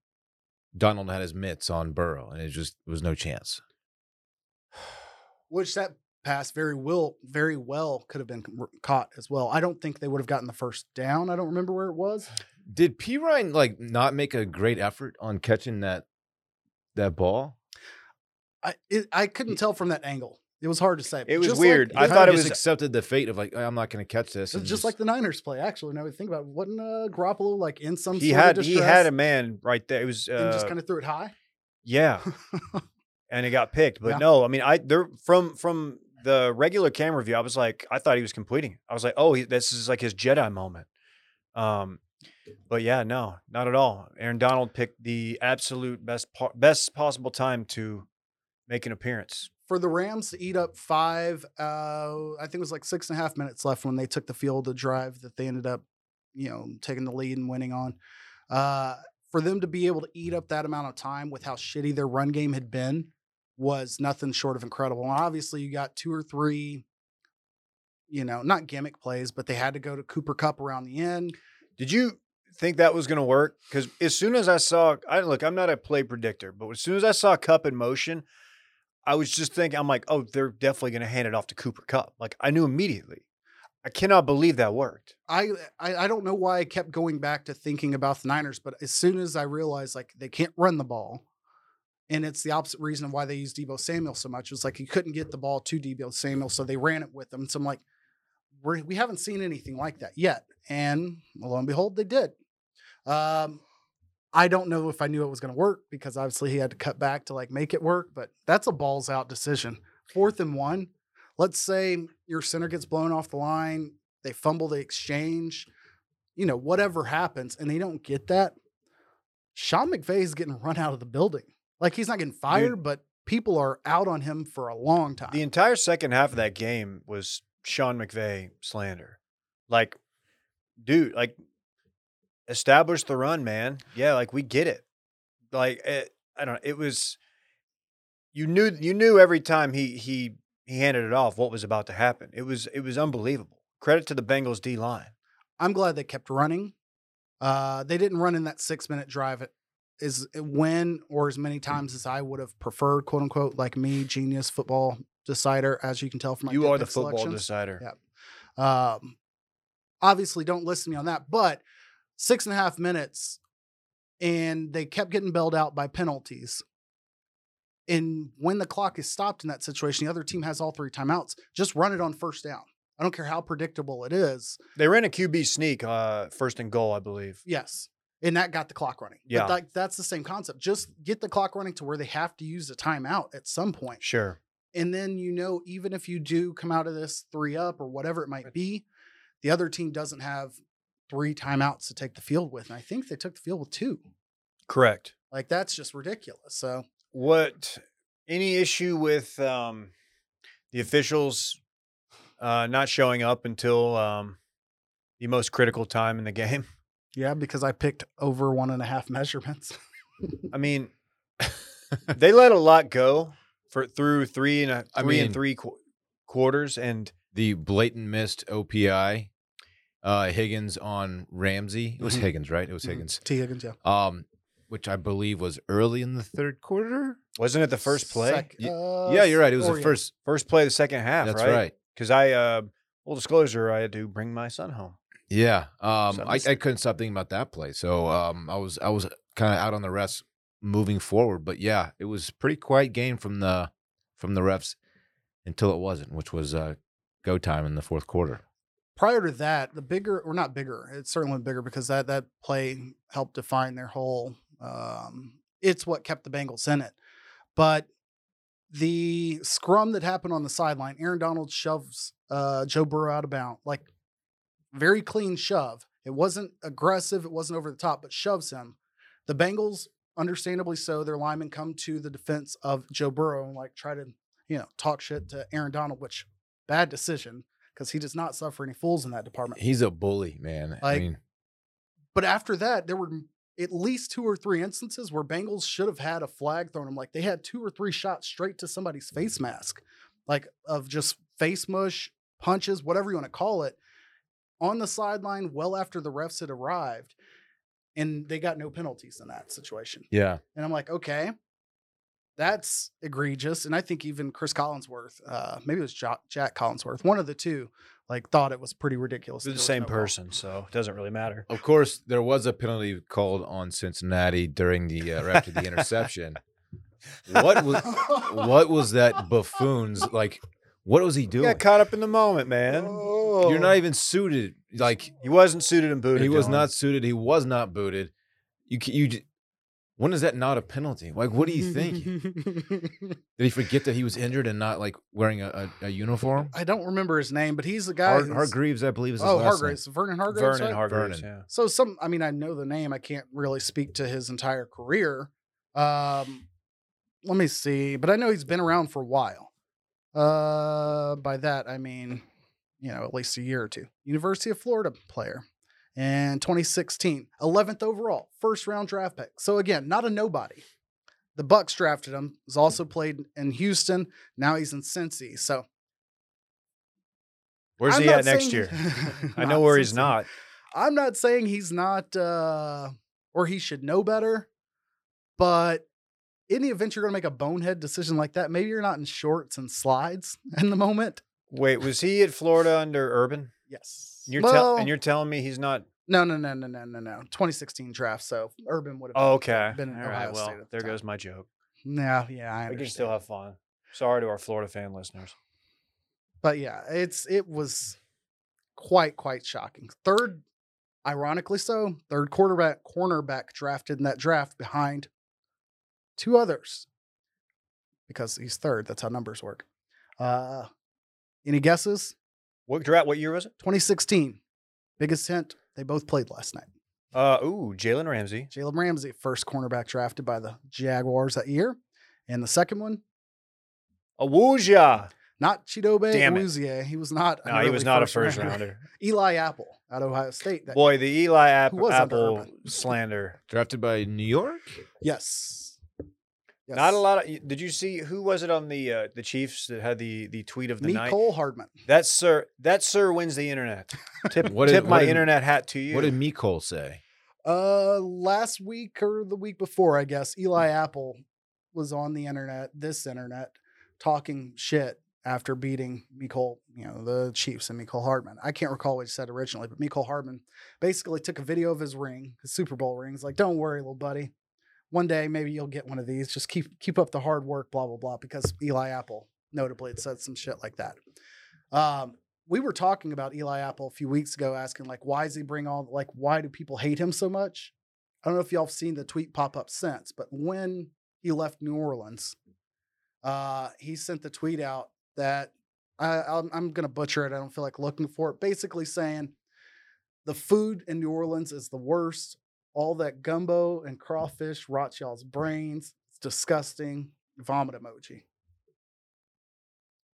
Speaker 4: Donald had his mitts on Burrow, and it just was no chance.
Speaker 3: which that pass very will very well could have been c- caught as well. I don't think they would have gotten the first down. I don't remember where it was.
Speaker 4: Did P Ryan like not make a great effort on catching that that ball?
Speaker 3: I it, I couldn't tell from that angle. It was hard to say.
Speaker 2: It was
Speaker 3: Just
Speaker 2: weird.
Speaker 3: Like,
Speaker 2: I
Speaker 4: He
Speaker 2: thought
Speaker 4: kinda
Speaker 2: it
Speaker 4: just
Speaker 2: was-
Speaker 4: accepted the fate of like "Oh, I'm not going to catch this.
Speaker 3: just,
Speaker 4: and
Speaker 3: just like the Niners play. Actually, now we think about it, wasn't uh, Garoppolo like in some
Speaker 2: he
Speaker 3: sort of
Speaker 2: had he had
Speaker 3: distress
Speaker 2: a man right there. It was uh,
Speaker 3: and just kind of threw it high.
Speaker 2: yeah, and it got picked. But
Speaker 3: Yeah.
Speaker 2: no, I mean, I there from from the regular camera view, I was like, I thought he was completing. I was like, oh, he, this is like his Jedi moment. Um, but yeah, no, not at all. Aaron Donald picked the absolute best po- best possible time to make an appearance.
Speaker 3: for the Rams to eat up five, uh, I think it was like six and a half minutes left when they took the field to drive that they ended up, you know, taking the lead and winning on. Uh, for them to be able to eat up that amount of time with how shitty their run game had been was nothing short of incredible. And obviously, you got two or three, you know, not gimmick plays, but they had to go to Cooper Cup around the end.
Speaker 2: Did you think that was going to work? Because as soon as I saw, I look, I'm not a play predictor, but as soon as I saw Cup in motion, I was just thinking, I'm like, oh, they're definitely going to hand it off to Cooper Cup. Like I knew immediately. I cannot believe that worked.
Speaker 3: I, I I don't know why I kept going back to thinking about the Niners, but as soon as I realized like they can't run the ball, and it's the opposite reason why they use Debo Samuel so much. It's like you couldn't get the ball to Debo Samuel, so they ran it with him. So I'm like, we're, we haven't seen anything like that yet, and lo and behold, they did. Um, I don't know if I knew it was going to work because obviously he had to cut back to like make it work, but that's a balls out decision. Fourth and one. Let's say your center gets blown off the line, they fumble the exchange, you know, whatever happens, and they don't get that. Sean McVay is getting run out of the building. Like he's not getting fired, but people are out on him for a long time.
Speaker 2: The entire second half of that game was Sean McVay slander. Like, dude, like establish the run, man. Yeah, like we get it. Like it, I don't know. It was you knew you knew every time he he he handed it off what was about to happen. It was it was unbelievable. Credit to the Bengals D line.
Speaker 3: I'm glad they kept running. Uh, they didn't run in that six minute drive it is when or as
Speaker 2: Mm.
Speaker 3: many times as I would have preferred, quote unquote, like me, genius football decider, as you can tell from my
Speaker 2: You
Speaker 3: tip
Speaker 2: are the
Speaker 3: pick
Speaker 2: football
Speaker 3: selections.
Speaker 2: decider.
Speaker 3: Yeah. Um, obviously, don't listen to me on that, but six and a half minutes, and they kept getting bailed out by penalties. And when the clock is stopped in that situation, the other team has all three timeouts. Just run it on first down. I don't care how predictable it is.
Speaker 2: They ran a QB sneak uh, first and goal, I believe.
Speaker 3: Yes. And that got the clock running. But
Speaker 2: Yeah.
Speaker 3: like, that's the same concept. Just get the clock running to where they have to use a timeout at some point.
Speaker 2: Sure.
Speaker 3: And then you know, even if you do come out of this three up or whatever it might be, the other team doesn't have three timeouts to take the field with. And I think they took the field with two.
Speaker 2: Correct.
Speaker 3: Like that's just ridiculous. So
Speaker 2: what any issue with um the officials uh not showing up until um the most critical time in the game
Speaker 3: yeah, because I picked over one and a half measurements.
Speaker 2: i mean they let a lot go for through three and a three
Speaker 4: I
Speaker 2: and
Speaker 4: mean-
Speaker 2: three qu- quarters and
Speaker 4: the blatant missed OPI, uh, Higgins on Ramsey. It was
Speaker 2: Mhm.
Speaker 4: Higgins, right? It was
Speaker 2: Mhm.
Speaker 4: Higgins.
Speaker 3: T Higgins, yeah.
Speaker 4: Um, which I believe was early in the third quarter.
Speaker 2: wasn't it the first play
Speaker 3: Sec-
Speaker 4: Ye-
Speaker 3: uh,
Speaker 4: yeah, you're right. It was
Speaker 3: or
Speaker 4: the
Speaker 3: yeah.
Speaker 4: first.
Speaker 2: first play of the second half
Speaker 4: That's
Speaker 2: right,
Speaker 4: right.
Speaker 2: because i uh full disclosure i had to bring my son home
Speaker 4: Yeah. Um,
Speaker 2: So I
Speaker 4: I,
Speaker 2: missed
Speaker 4: I couldn't stop thinking about that play. So um, I was I was kind of out on the refs moving forward, but yeah, it was pretty quiet game from the from the refs until it wasn't, which was uh, go time in the fourth quarter.
Speaker 3: prior to that, the bigger or not bigger, it's certainly bigger because that that play helped define their whole. Um, it's what kept the Bengals in it, but the scrum that happened on the sideline, Aaron Donald shoves uh, Joe Burrow out of bounds, like very clean shove. It wasn't aggressive, it wasn't over the top, but shoves him. The Bengals, understandably so, their linemen come to the defense of Joe Burrow and like try to you know talk shit to Aaron Donald, which bad decision because he does not suffer any fools in that department.
Speaker 4: He's a bully, man. I
Speaker 3: Like-
Speaker 4: mean,
Speaker 3: But after that, there were m- at least two or three instances where Bengals should have had a flag thrown them. Like they had two or three shots straight to somebody's face mask, like of just face mush, punches, whatever you want to call it, on the sideline well after the refs had arrived. And they got no penalties in that situation.
Speaker 4: yeah.
Speaker 3: And I'm like, okay, that's egregious. And I think even Chris Collinsworth, uh, maybe it was jo- Jack Collinsworth, one of the two, like thought it was pretty ridiculous.
Speaker 2: they're
Speaker 3: that
Speaker 2: the
Speaker 3: there
Speaker 2: same
Speaker 3: was no call.
Speaker 2: person so it doesn't really matter
Speaker 4: Of course, there was a penalty called on Cincinnati during the uh, after the interception. What was what was that buffoon's like? What was he
Speaker 2: he
Speaker 4: doing?
Speaker 2: got caught up in the moment man
Speaker 4: You're not even suited. Like
Speaker 2: he wasn't suited and booted
Speaker 4: he was
Speaker 2: Dylan.
Speaker 4: not suited. He was not booted. You ca- you. j- When is that not a penalty? Like, what do you think? Did he forget that he was injured and not like wearing a, a, a uniform?
Speaker 3: I don't remember his name, but he's the guy.
Speaker 4: Har-
Speaker 3: who's-
Speaker 4: Hargreaves, I believe, is his
Speaker 3: oh,
Speaker 4: last
Speaker 3: Hargraves. Vernon Hargraves.
Speaker 2: vernon
Speaker 3: right?
Speaker 2: hargreaves
Speaker 4: Vernon.
Speaker 2: yeah
Speaker 3: So some, I mean, I know the name. I can't really speak to his entire career. Um, let me see, but I know he's been around for a while. Uh, by that I mean, you know, at least a year or two. University of Florida player, and 2016, 11th overall, first round draft pick. So again, not a nobody. The Bucks drafted him. He's also played in Houston. Now he's in Cincy. So
Speaker 2: Where's
Speaker 3: I'm
Speaker 2: he
Speaker 3: not
Speaker 2: at next
Speaker 3: saying-
Speaker 2: year? I know where he's
Speaker 3: Cincy.
Speaker 2: not.
Speaker 3: I'm not saying he's not uh or he should know better, but in the event you're gonna make a bonehead decision like that, maybe you're not in shorts and slides in the moment.
Speaker 2: Wait, was he at Florida under Urban?
Speaker 3: Yes.
Speaker 2: And you're tell-
Speaker 3: well,
Speaker 2: and you're telling me he's not.
Speaker 3: no no no no no no no. 2016 draft, so Urban would have
Speaker 2: Oh, okay.
Speaker 3: been in
Speaker 2: All
Speaker 3: Ohio
Speaker 2: right.
Speaker 3: State
Speaker 2: Well,
Speaker 3: at the
Speaker 2: there
Speaker 3: time.
Speaker 2: goes my joke.
Speaker 3: No, yeah, I
Speaker 2: We
Speaker 3: understand.
Speaker 2: can still have fun. Sorry to our Florida fan listeners.
Speaker 3: but yeah, it's it was quite, quite shocking. Third Ironically so, third quarterback cornerback drafted in that draft behind two others because he's third. That's how numbers work. Uh, any guesses?
Speaker 2: What draft? What year was it?
Speaker 3: 2016. Biggest hint, they both played last night.
Speaker 2: Uh, ooh, Jalen Ramsey.
Speaker 3: Jalen Ramsey, first cornerback drafted by the Jaguars that year. And the second one,
Speaker 2: Awuja.
Speaker 3: not Chidobe
Speaker 2: Damn it.
Speaker 3: Awuzie. He was not. an
Speaker 2: No, he
Speaker 3: early
Speaker 2: was not a first
Speaker 3: rounder.
Speaker 2: rounder.
Speaker 3: Eli Apple out of Ohio State. That,
Speaker 2: Boy, the Eli App-
Speaker 3: Who was under
Speaker 2: Apple
Speaker 3: Urban?
Speaker 2: slander.
Speaker 4: Drafted by New York.
Speaker 3: yes. yes.
Speaker 2: Not a lot. Of, did you see who was it on the uh, the Chiefs that had the the tweet of the night?
Speaker 3: Nicole Hardman.
Speaker 2: That sir, that sir wins the internet. Tip,
Speaker 4: What
Speaker 2: tip
Speaker 4: did-
Speaker 2: my
Speaker 4: what did-
Speaker 2: internet hat to you.
Speaker 4: What did Mikol say?
Speaker 3: Uh, last week or the week before, I guess
Speaker 2: Mm.
Speaker 3: Eli Apple was on the internet, this internet, talking shit after beating Nicole, you know, the Chiefs and Nicole Hardman. I can't recall what he said originally, but Nicole Hardman basically took a video of his ring, his Super Bowl ring. He's like, "Don't worry, little buddy. One day maybe you'll get one of these. Just keep keep up the hard work, blah blah blah." Because Eli Apple notably had said some shit like that. Um, we were talking about Eli Apple a few weeks ago, asking like, why does he bring all like, why do people hate him so much? I don't know if y'all have seen the tweet pop up since, but when he left New Orleans, uh, he sent the tweet out that I, I'm, I'm going to butcher it. I don't feel like looking for it. Basically saying the food in New Orleans is the worst. All that gumbo and crawfish rots y'all's brains. It's disgusting. Vomit emoji.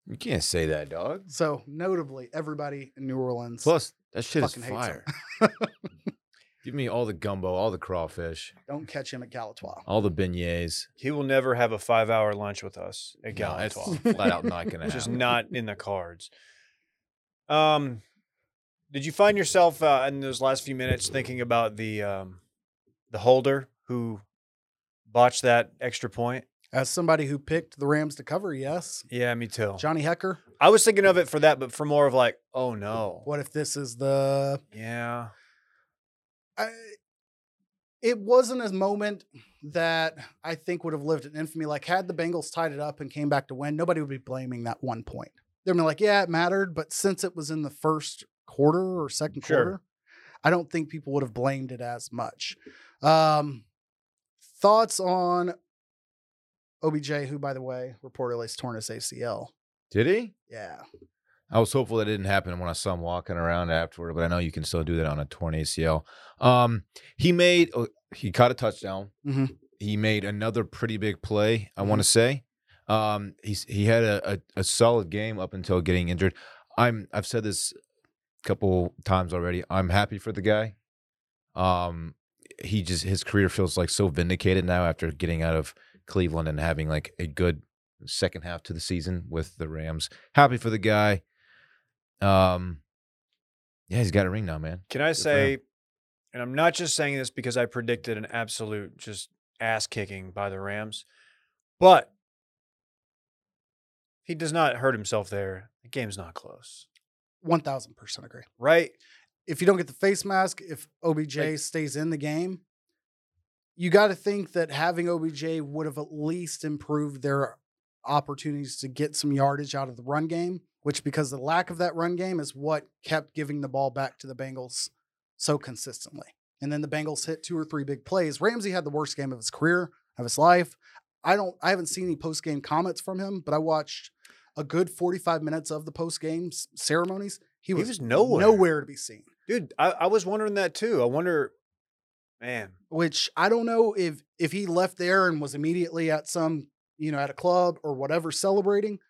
Speaker 4: You can't say that, dog.
Speaker 3: So notably, everybody in New Orleans.
Speaker 4: Plus, that shit is
Speaker 3: Fucking hates him.
Speaker 4: fire. Give me all the gumbo, all the crawfish,
Speaker 3: Don't catch him at Galatois.
Speaker 4: all the beignets.
Speaker 2: He will never have a five hour lunch with us at
Speaker 4: No, that's
Speaker 2: Galatois,
Speaker 4: flat out not gonna
Speaker 2: which is
Speaker 4: happen.
Speaker 2: not in the cards. Um, did you find yourself uh, in those last few minutes thinking about the um, the holder who botched that extra point?
Speaker 3: As somebody who picked the Rams to cover, yes.
Speaker 2: Yeah, me too.
Speaker 3: Johnny Hecker,
Speaker 2: I was thinking of it for that, but for more of like, oh no,
Speaker 3: what if this is the.
Speaker 2: yeah,
Speaker 3: I, it wasn't a moment that I think would have lived in infamy. Like, had the Bengals tied it up and came back to win, nobody would be blaming that one point. They'd be like, yeah, it mattered. But since it was in the first quarter or second
Speaker 2: Sure.
Speaker 3: quarter, I don't think people would have blamed it as much. Um, thoughts on OBJ, who, by the way, reportedly has torn his ACL.
Speaker 4: Did he?
Speaker 3: Yeah.
Speaker 4: I was hopeful that didn't happen when I saw him walking around afterward, but I know you can still do that on a torn ACL. Um, he made oh, he caught a touchdown.
Speaker 3: Mhm.
Speaker 4: He made another pretty big play. I want to say, um, he's he had a, a a solid game up until getting injured. I'm I've said this a couple times already. I'm happy for the guy. Um, he just his career feels like so vindicated now after getting out of Cleveland and having like a good second half to the season with the Rams. Happy for the guy. Um, yeah, he's got a ring now, man.
Speaker 2: Can I
Speaker 4: for
Speaker 2: say, and I'm not just saying this because I predicted an absolute just ass kicking by the Rams, but he does not hurt himself there. The game's not close,
Speaker 3: 1000% agree.
Speaker 2: right?
Speaker 3: If you don't get the face mask, if OBJ
Speaker 2: Like-
Speaker 3: stays in the game, you got to think that having OBJ would have at least improved their opportunities to get some yardage out of the run game, which because the lack of that run game is what kept giving the ball back to the Bengals so consistently. And then the Bengals hit two or three big plays. Ramsey had the worst game of his career, of his life. I don't I haven't seen any post-game comments from him, but I watched a good 45 minutes of the post-game s- ceremonies. He was,
Speaker 2: was nowhere.
Speaker 3: nowhere to be seen.
Speaker 2: Dude, I, I was wondering that too. I wonder, man,
Speaker 3: which I don't know if if he left there and was immediately at some you know at a club or whatever celebrating,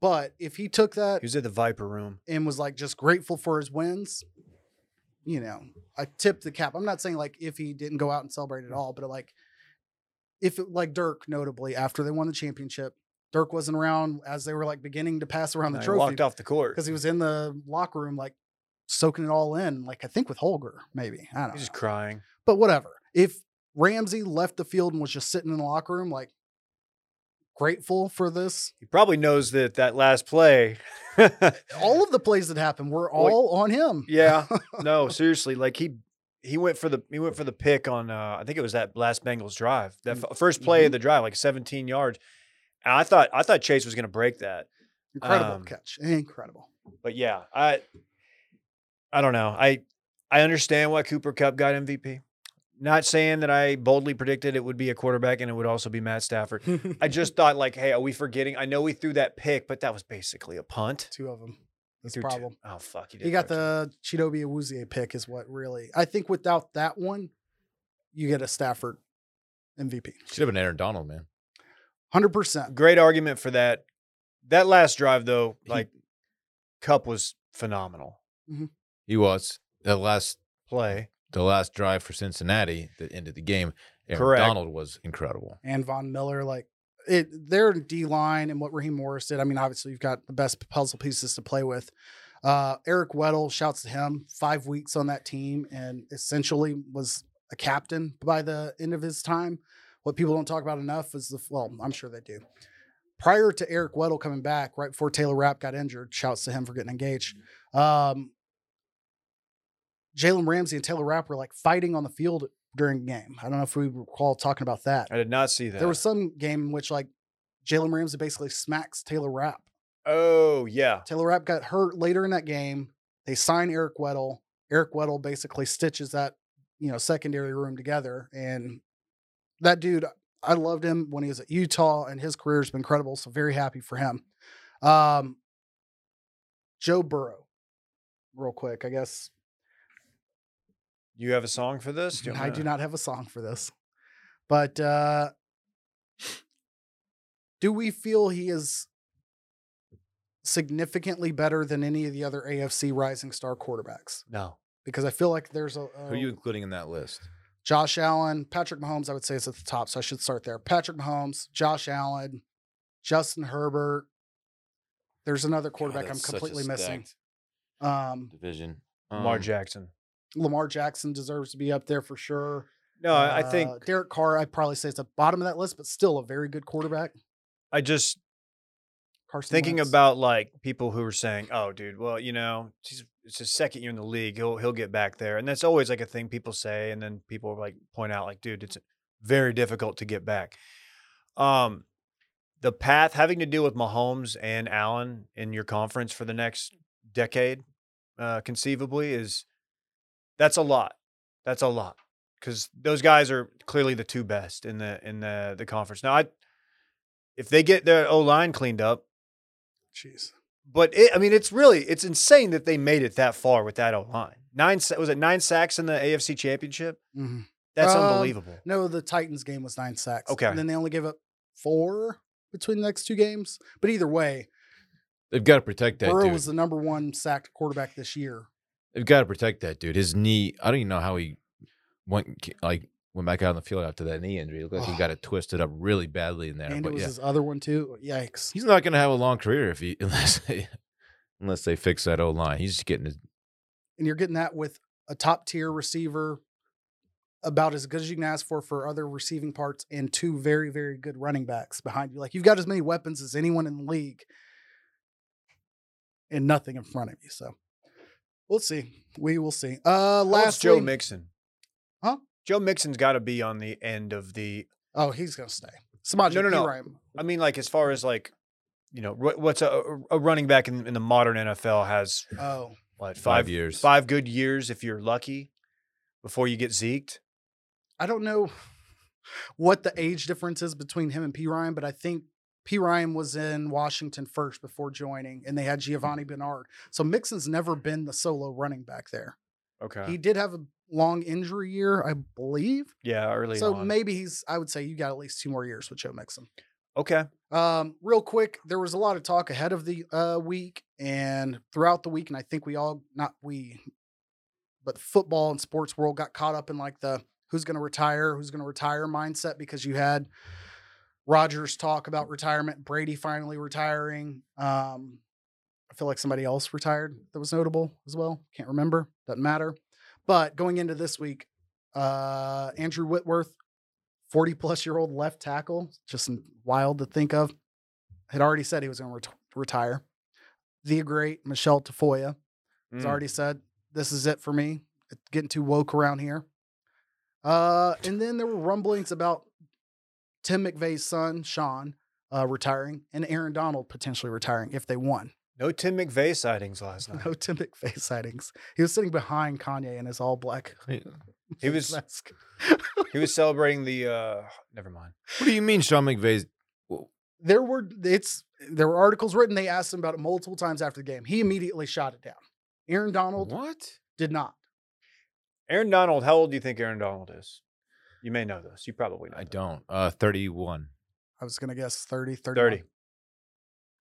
Speaker 3: but if he took that
Speaker 2: he was at the Viper Room.
Speaker 3: and was like just grateful for his wins, you know, I tip the cap. I'm not saying like if he didn't go out and celebrate at all, but like if it, like Dirk notably after they won the championship, Dirk wasn't around as they were like beginning to pass around the
Speaker 2: He
Speaker 3: trophy
Speaker 2: walked off the court.
Speaker 3: because he was in the locker room like soaking it all in, like I think with Holger maybe. I don't
Speaker 2: He's
Speaker 3: know
Speaker 2: just crying.
Speaker 3: but whatever. If Ramsey left the field and was just sitting in the locker room, like grateful for this,
Speaker 2: He probably knows that that last play.
Speaker 3: all of the plays that happened were
Speaker 2: Well,
Speaker 3: all on him.
Speaker 2: Yeah. No, seriously, like he he went for the he went for the pick on uh, I think it was that last Bengals drive,
Speaker 3: Mm,
Speaker 2: that f- first play
Speaker 3: mm-hmm.
Speaker 2: of the drive, like 17 yards. And I thought I thought Chase was going to break that,
Speaker 3: Incredible
Speaker 2: Um,
Speaker 3: catch. Incredible.
Speaker 2: but yeah, I I don't know. I I understand why Cooper Cup got MVP. Not saying that I boldly predicted it would be a quarterback and it would also be Matt Stafford.
Speaker 3: Mm-hmm.
Speaker 2: I just thought like, hey, are we forgetting? I know we threw that pick, but that was basically a punt.
Speaker 3: two of them. That's the
Speaker 2: Threw two-
Speaker 3: problem.
Speaker 2: Oh fuck, you
Speaker 3: He got the Chidobe Awuzie pick, is what really. I think without that one, you get a Stafford MVP.
Speaker 4: Should have been Aaron Donald, man.
Speaker 3: 100%.
Speaker 2: great argument for that. That last drive though, like Cup was phenomenal
Speaker 4: He was the last
Speaker 2: play.
Speaker 4: the last drive for Cincinnati that ended the game. Aaron
Speaker 2: Correct.
Speaker 4: Donald was incredible.
Speaker 3: And Von Miller, like, it, their D line and what Raheem Morris did. I mean, obviously, you've got the best puzzle pieces to play with. Uh, Eric Weddle, shouts to him, five weeks on that team and essentially was a captain by the end of his time. What people don't talk about enough is the, well, I'm sure they do. Prior to Eric Weddle coming back, right before Taylor Rapp got injured, shouts to him for getting engaged. Um, Jalen Ramsey and Taylor Rapp were like fighting on the field during the game. I don't know if we recall talking about that.
Speaker 2: I did not see that.
Speaker 3: There was some game in which like Jalen Ramsey basically smacks Taylor Rapp.
Speaker 2: oh yeah.
Speaker 3: Taylor Rapp got hurt later in that game. They sign Eric Weddle. Eric Weddle basically stitches that, you know, secondary room together. And that dude, I loved him when he was at Utah, and his career has been incredible. So very happy for him. Um, Joe Burrow, real quick, I guess.
Speaker 2: You have a song for this? you want
Speaker 3: I
Speaker 2: me
Speaker 3: do
Speaker 2: to-
Speaker 3: not have a song for this, but uh, do we feel he is significantly better than any of the other AFC Rising Star quarterbacks?
Speaker 2: No.
Speaker 3: Because I feel like there's a,
Speaker 4: Who are you
Speaker 3: a-
Speaker 4: including in that list?
Speaker 3: Josh Allen, Patrick Mahomes. I would say is at the top, so I should start there. Patrick Mahomes, Josh Allen, Justin Herbert. There's another quarterback I'm completely missing. Um,
Speaker 4: Division.
Speaker 2: Lamar Jackson.
Speaker 3: Lamar Jackson deserves to be up there for sure.
Speaker 2: No, I I think
Speaker 3: Uh, Derek Carr. I'd probably say it's the bottom of that list, but still a very good quarterback.
Speaker 2: I just
Speaker 3: Carson
Speaker 2: thinking
Speaker 3: Wentz.
Speaker 2: about like people who are saying, "Oh, dude, well, you know, he's, it's his second year in the league. He'll he'll get back there." And that's always like a thing people say, and then people like point out, like, "Dude, it's very difficult to get back." Um, the path having to do with Mahomes and Allen in your conference for the next decade, uh, conceivably, is that's a lot. That's a lot because those guys are clearly the two best in the in the the conference. Now, I if they get their O line cleaned up,
Speaker 3: Jeez.
Speaker 2: but it, I mean, it's really it's insane that they made it that far with that O line. Nine sa- was it nine sacks in the AFC Championship?
Speaker 3: Mhm.
Speaker 2: That's
Speaker 3: Um,
Speaker 2: unbelievable.
Speaker 3: No, the Titans game was nine sacks.
Speaker 2: Okay.
Speaker 3: And then they only gave up four between the next two games. But either way,
Speaker 4: They've got to protect that
Speaker 3: Burrow
Speaker 4: dude.
Speaker 3: was the number one sacked quarterback this year.
Speaker 4: They've got to protect that dude. His knee. I don't even know how he went like went back out on the field after that knee injury. It looked like he
Speaker 3: Oh.
Speaker 4: got it twisted up really badly in there.
Speaker 3: and it
Speaker 4: but
Speaker 3: was
Speaker 4: yeah,
Speaker 3: his other one too. Yikes.
Speaker 4: he's not going to have a long career if he unless they, unless they fix that O line. He's just getting his
Speaker 3: and you're getting that with a top tier receiver, about as good as you can ask for for other receiving parts, and two very, very good running backs behind you. Like you've got as many weapons as anyone in the league, and nothing in front of you. So we'll see. We will see. Uh,
Speaker 2: How old's
Speaker 3: last
Speaker 2: Joe Mixon,
Speaker 3: Huh?
Speaker 2: Joe Mixon's got to be on the end of the.
Speaker 3: Oh, he's gonna stay. Samaj,
Speaker 2: No, no, no.
Speaker 3: Perine.
Speaker 2: I mean, like as far as like, you know, what, what's a, a running back in, in the modern NFL has
Speaker 3: Oh,
Speaker 2: what
Speaker 4: five,
Speaker 2: five,
Speaker 4: years.
Speaker 2: five good years if you're lucky before you get zeked.
Speaker 3: I don't know what the age difference is between him and P Ryan, but I think P Ryan was in Washington first before joining, and they had Giovanni Bernard. So Mixon's never been the solo running back there.
Speaker 2: Okay.
Speaker 3: He did have a long injury year, I believe.
Speaker 2: yeah, early
Speaker 3: so
Speaker 2: on.
Speaker 3: maybe he's. I would say you got at least two more years with Joe Mixon.
Speaker 2: okay.
Speaker 3: Um, real quick, there was a lot of talk ahead of the uh, week and throughout the week, and I think we all not we, but the football and sports world got caught up in like the who's going to retire, who's going to retire mindset because you had Rogers talk about retirement, Brady finally retiring. Um, I feel like somebody else retired that was notable as well. Can't remember. Doesn't matter. But going into this week, uh, Andrew Whitworth 40 plus year old left tackle, just n- wild to think of, had already said he was going to retire. The great Michelle Tafoya has
Speaker 2: Mm.
Speaker 3: already said, This is it for me. It's getting too woke around here. Uh, and then there were rumblings about Tim McVeigh's son, Sean, uh, retiring and Aaron Donald potentially retiring if they won.
Speaker 2: Mm. No Tim McVeigh sightings last night.
Speaker 3: No Tim McVeigh sightings. He was sitting behind Kanye in his all black
Speaker 2: He was-
Speaker 3: mask.
Speaker 2: He was celebrating the. uh Never mind.
Speaker 4: What do you mean, Sean McVay's?
Speaker 3: There were it's there were articles written. They asked him about it multiple times after the game. He immediately shot it down. Aaron Donald
Speaker 4: What?
Speaker 3: did not.
Speaker 2: Aaron Donald. How old do you think Aaron Donald is? You may know this. You probably know.
Speaker 4: I
Speaker 2: this.
Speaker 4: don't. Uh, thirty-one.
Speaker 3: I was gonna guess 30, 30.
Speaker 2: 30.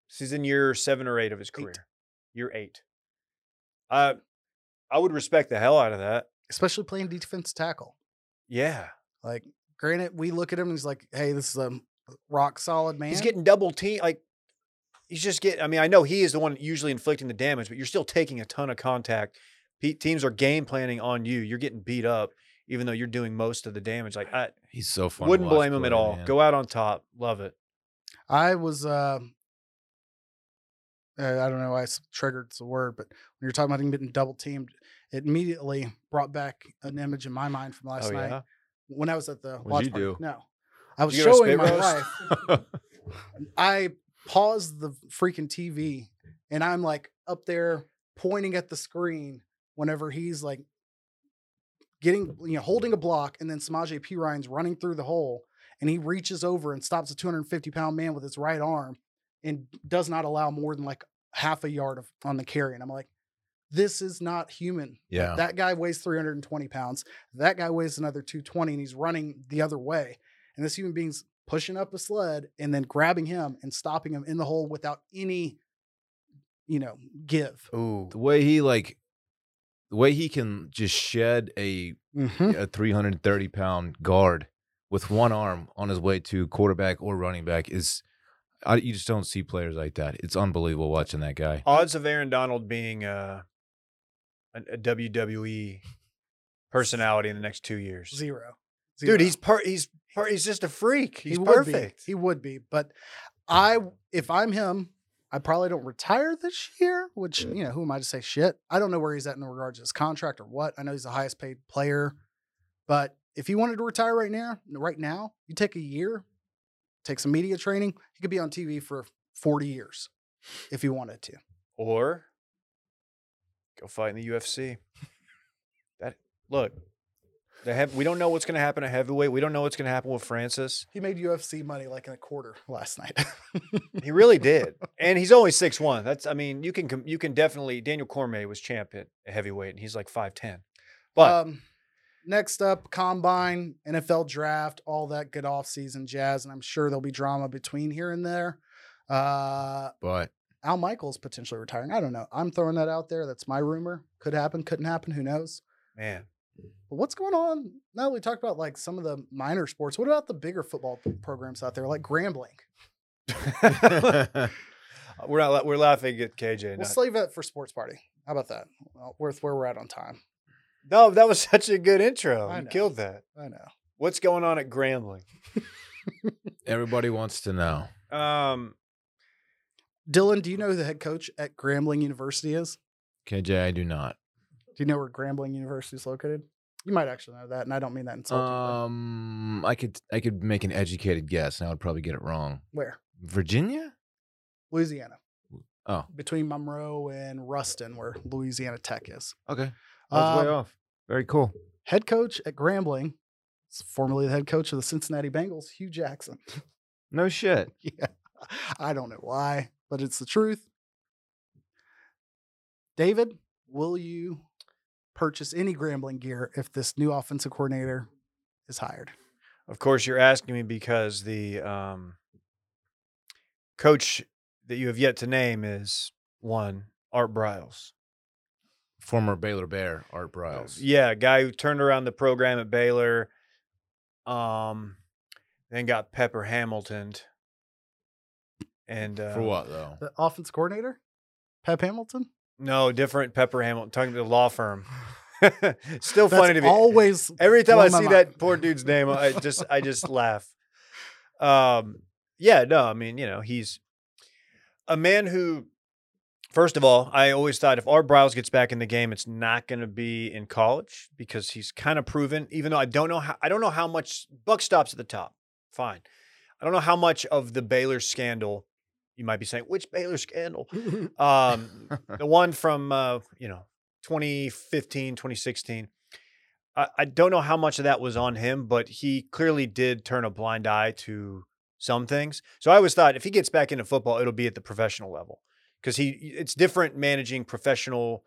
Speaker 2: This is in year seven or eight of his career. Year eight. Uh, I would respect the hell out of that.
Speaker 3: Especially playing defense tackle.
Speaker 2: Yeah.
Speaker 3: Like, granted, we look at him and he's like, hey, this is a rock solid man.
Speaker 2: He's getting double team. Like, he's just getting, I mean, I know he is the one usually inflicting the damage, but you're still taking a ton of contact. Pe- teams are game planning on you. You're getting beat up, even though you're doing most of the damage. Like, I
Speaker 4: He's so fun. to
Speaker 2: wouldn't
Speaker 4: watch
Speaker 2: blame him at
Speaker 4: play,
Speaker 2: all.
Speaker 4: man.
Speaker 2: Go out on top. Love it.
Speaker 3: I was uh, uh, I don't know why it's triggered the word, but when you're talking about him getting double teamed, it immediately brought back an image in my mind from last
Speaker 2: oh,
Speaker 3: night
Speaker 2: yeah.
Speaker 3: when I was at the
Speaker 4: What'd
Speaker 3: watch
Speaker 4: you
Speaker 3: party.
Speaker 4: do?
Speaker 3: No, I was
Speaker 2: you go to spit
Speaker 3: showing my
Speaker 2: roast?
Speaker 3: wife. I paused the freaking TV and I'm like up there pointing at the screen whenever he's like getting, you know, holding a block and then Samaje P. Ryan's running through the hole and he reaches over and stops a 250 pound man with his right arm and does not allow more than like half a yard of, on the carry. And I'm like, this is not human.
Speaker 4: yeah.
Speaker 3: That guy weighs 320 pounds. That guy weighs another 220 and he's running the other way. And this human being's pushing up a sled and then grabbing him and stopping him in the hole without any, you know, give.
Speaker 2: Ooh.
Speaker 4: The way he like, the way he can just shed a
Speaker 2: Oh, hmm.
Speaker 3: Mm-hmm.
Speaker 4: a 330 pound guard with one arm on his way to quarterback or running back is I, you just don't see players like that. It's unbelievable watching that guy.
Speaker 2: Odds of Aaron Donald being uh, an- a WWE personality in the next two years.
Speaker 3: Zero. Zero.
Speaker 2: Dude, he's per- he's per- he's just a freak. He's
Speaker 3: he would
Speaker 2: perfect.
Speaker 3: Be. He would be. But I, if I'm him, I probably don't retire this year, which, you know, who am I to say shit? I don't know where he's at in regards to his contract or what. I know he's the highest paid player, but if he wanted to retire right now, right now, you take a year, take some media training, he could be on TV for 40 years if he wanted to.
Speaker 2: or go fight in the UFC. That look, the heav- we don't know what's going to happen at heavyweight. We don't know what's going to happen with Francis.
Speaker 3: He made UFC money like in a quarter last night.
Speaker 2: He really did, and he's only six one. That's I mean you can com- you can definitely Daniel Cormier was champ at heavyweight, and he's like five ten. But
Speaker 3: um, next up, combine, NFL draft, all that good offseason jazz, and I'm sure there'll be drama between here and there. Uh,
Speaker 4: But
Speaker 3: Al Michaels potentially retiring. I don't know. I'm throwing that out there. That's my rumor. Could happen. Couldn't happen. Who knows?
Speaker 2: man,
Speaker 3: But what's going on? Now that we talked about like some of the minor sports, what about the bigger football p- programs out there, like Grambling?
Speaker 2: we're not la- we're laughing at KJ.
Speaker 3: We'll
Speaker 2: Not,
Speaker 3: save that for sports party. How about that? Well, worth where we're at on time.
Speaker 2: no, that was such a good intro.
Speaker 3: I
Speaker 2: You
Speaker 3: know.
Speaker 2: killed that.
Speaker 3: I know.
Speaker 2: What's going on at Grambling?
Speaker 4: everybody wants to know.
Speaker 2: Um,
Speaker 3: Dylan, do you know who the head coach at Grambling University is?
Speaker 4: KJ, I do not.
Speaker 3: Do you know where Grambling University is located? You might actually know that, and I don't mean that insulting.
Speaker 2: Uh,
Speaker 3: but
Speaker 4: Um, I could I could make an educated guess, and I would probably get it wrong.
Speaker 3: where?
Speaker 4: Virginia?
Speaker 3: Louisiana.
Speaker 4: Oh.
Speaker 3: Between Monroe and Ruston, where Louisiana Tech is.
Speaker 4: Okay,
Speaker 3: Um,
Speaker 4: off. Very cool.
Speaker 3: Head coach at Grambling, is formerly the head coach of the Cincinnati Bengals, Hugh Jackson.
Speaker 4: No shit.
Speaker 3: yeah. I don't know why, but it's the truth. David, will you purchase any Grambling gear if this new offensive coordinator is hired?
Speaker 2: Of course, you're asking me because the um, coach that you have yet to name is one Art Briles.
Speaker 4: Former Baylor Bear Art Briles.
Speaker 2: Yeah, a guy who turned around the program at Baylor, um, then got Pepper Hamiltoned. And uh,
Speaker 4: For what though?
Speaker 3: The offensive coordinator? Pep Hamilton?
Speaker 2: No, different Pepper Hamilton. Talking to the law firm. Still
Speaker 3: That's
Speaker 2: funny to me.
Speaker 3: always
Speaker 2: Every time I
Speaker 3: blown my
Speaker 2: see
Speaker 3: mind.
Speaker 2: that poor dude's name, I just I just laugh. Um, yeah, no, I mean, you know, he's a man who, first of all, I always thought if Art Briles gets back in the game, it's not going to be in college because he's kind of proven. Even though I don't know how I don't know how much Buck stops at the top. Fine, I don't know how much of the Baylor scandal you might be saying, which Baylor scandal? Um, the one from, uh, you know, 2015, 2016. I, I don't know how much of that was on him, but he clearly did turn a blind eye to some things. So I always thought if he gets back into football, it'll be at the professional level because he it's different managing professional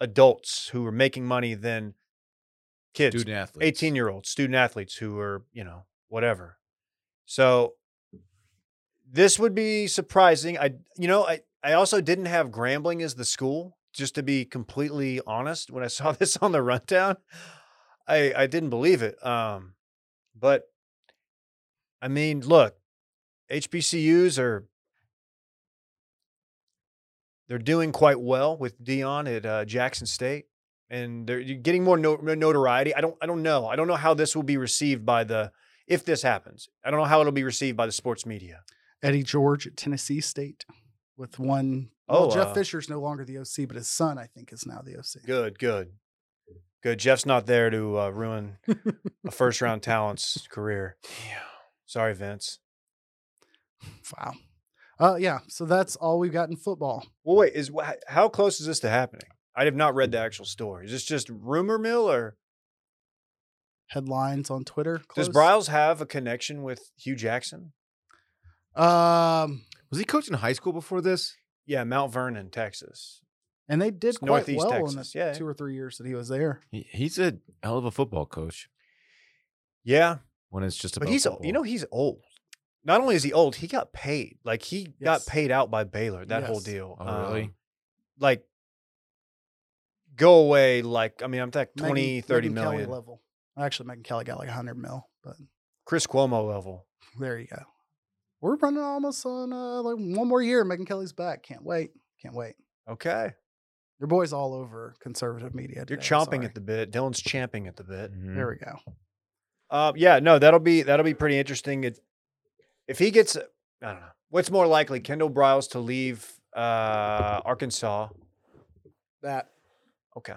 Speaker 2: adults who are making money than kids,
Speaker 4: Student athlete.
Speaker 2: 18 year olds, student athletes who are, you know, whatever. So this would be surprising. I, you know, I, I also didn't have Grambling as the school, just to be completely honest. When I saw this on the rundown, I, I didn't believe it. Um, but I mean, look, HBCUs are, they're doing quite well with Dion at uh, Jackson State and they're you're getting more no, notoriety. I don't I don't know. I don't know how this will be received by the if this happens. I don't know how it'll be received by the sports media.
Speaker 3: Eddie George at Tennessee State with one.
Speaker 2: Oh,
Speaker 3: well, Jeff
Speaker 2: uh,
Speaker 3: Fisher's no longer the OC, but his son, I think, is now the OC.
Speaker 2: Good, good, good. Jeff's not there to uh, ruin a first round talent's career. Sorry, Vince.
Speaker 3: Wow. Uh, yeah. So that's all we've got in football.
Speaker 2: Well, wait. Is wh- how close is this to happening? I have not read the actual story. Is this just rumor mill, or
Speaker 3: Headlines on Twitter.
Speaker 2: does Bryles have a connection with Hugh Jackson?
Speaker 3: Um,
Speaker 4: Was he coaching high school before this?
Speaker 2: Yeah, Mount Vernon, Texas.
Speaker 3: and they did
Speaker 2: It's
Speaker 3: quite
Speaker 2: Northeast
Speaker 3: well in
Speaker 2: Texas,
Speaker 3: the
Speaker 2: yeah.
Speaker 3: two or three years that he was there.
Speaker 4: He, he's a hell of a football coach
Speaker 2: Yeah,
Speaker 4: when it's just about
Speaker 2: But he's
Speaker 4: football.
Speaker 2: you know he's old. Not only is he old, he got paid. Like he got
Speaker 3: Yes.
Speaker 2: paid out by Baylor. That whole
Speaker 3: Yes.
Speaker 2: deal.
Speaker 4: Oh, really?
Speaker 2: Um, like go away. Like I mean, I'm talking
Speaker 3: Megan-
Speaker 2: 20, 30
Speaker 3: Megan Kelly
Speaker 2: million.
Speaker 3: level. Actually, Megan Kelly got like 100 mil, but
Speaker 2: Chris Cuomo level.
Speaker 3: there you go. We're running almost on uh, like one more year. Megan Kelly's back. Can't wait. Can't wait.
Speaker 2: Okay,
Speaker 3: Your boy's all over conservative media.
Speaker 2: you're
Speaker 3: today,
Speaker 2: chomping
Speaker 3: sorry. Mm.
Speaker 2: at the bit. Dylan's champing at the bit.
Speaker 4: Mhm.
Speaker 3: There we go.
Speaker 2: Uh, yeah, no, that'll be that'll be pretty interesting. It, if he gets, I don't know, what's more likely, Kendall Bryles to leave uh, Arkansas?
Speaker 3: That
Speaker 2: Okay,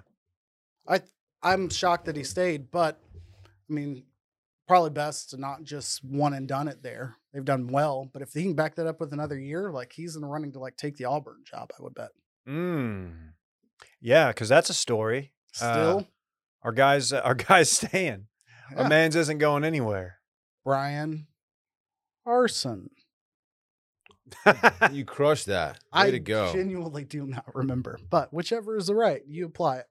Speaker 3: I I'm shocked that he stayed, but I mean, probably best to not just one and done it there. They've done well, but if he can back that up with another year, like he's in the running to like take the Auburn job, I would bet.
Speaker 2: mm. yeah, because that's a story. Uh,
Speaker 3: Still,
Speaker 2: Our guys, uh, our guys staying.
Speaker 3: yeah,
Speaker 2: Our man's isn't going anywhere.
Speaker 3: Brian Arson.
Speaker 4: you crushed that. Way
Speaker 3: I
Speaker 4: to go.
Speaker 3: genuinely do not remember, but whichever is the right, you apply it.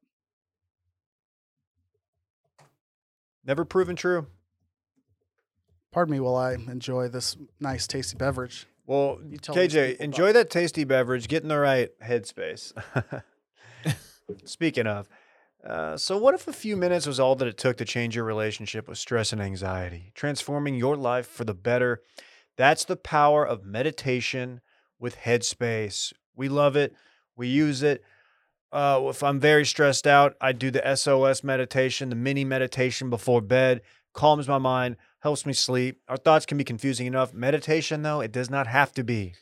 Speaker 2: Never proven true.
Speaker 3: Pardon me while I enjoy this nice tasty beverage.
Speaker 2: Well,
Speaker 3: You tell these
Speaker 2: KJ,
Speaker 3: people
Speaker 2: enjoy that tasty beverage. Get in the right headspace. Speaking of, uh, so what if a few minutes was all that it took to change your relationship with stress and anxiety, transforming your life for the better? That's the power of meditation with Headspace. We love it. We use it. Uh, if I'm very stressed out, I do the SOS meditation, the mini meditation before bed, calms my mind, helps me sleep. Our thoughts can be confusing enough. Meditation, though, it does not have to be.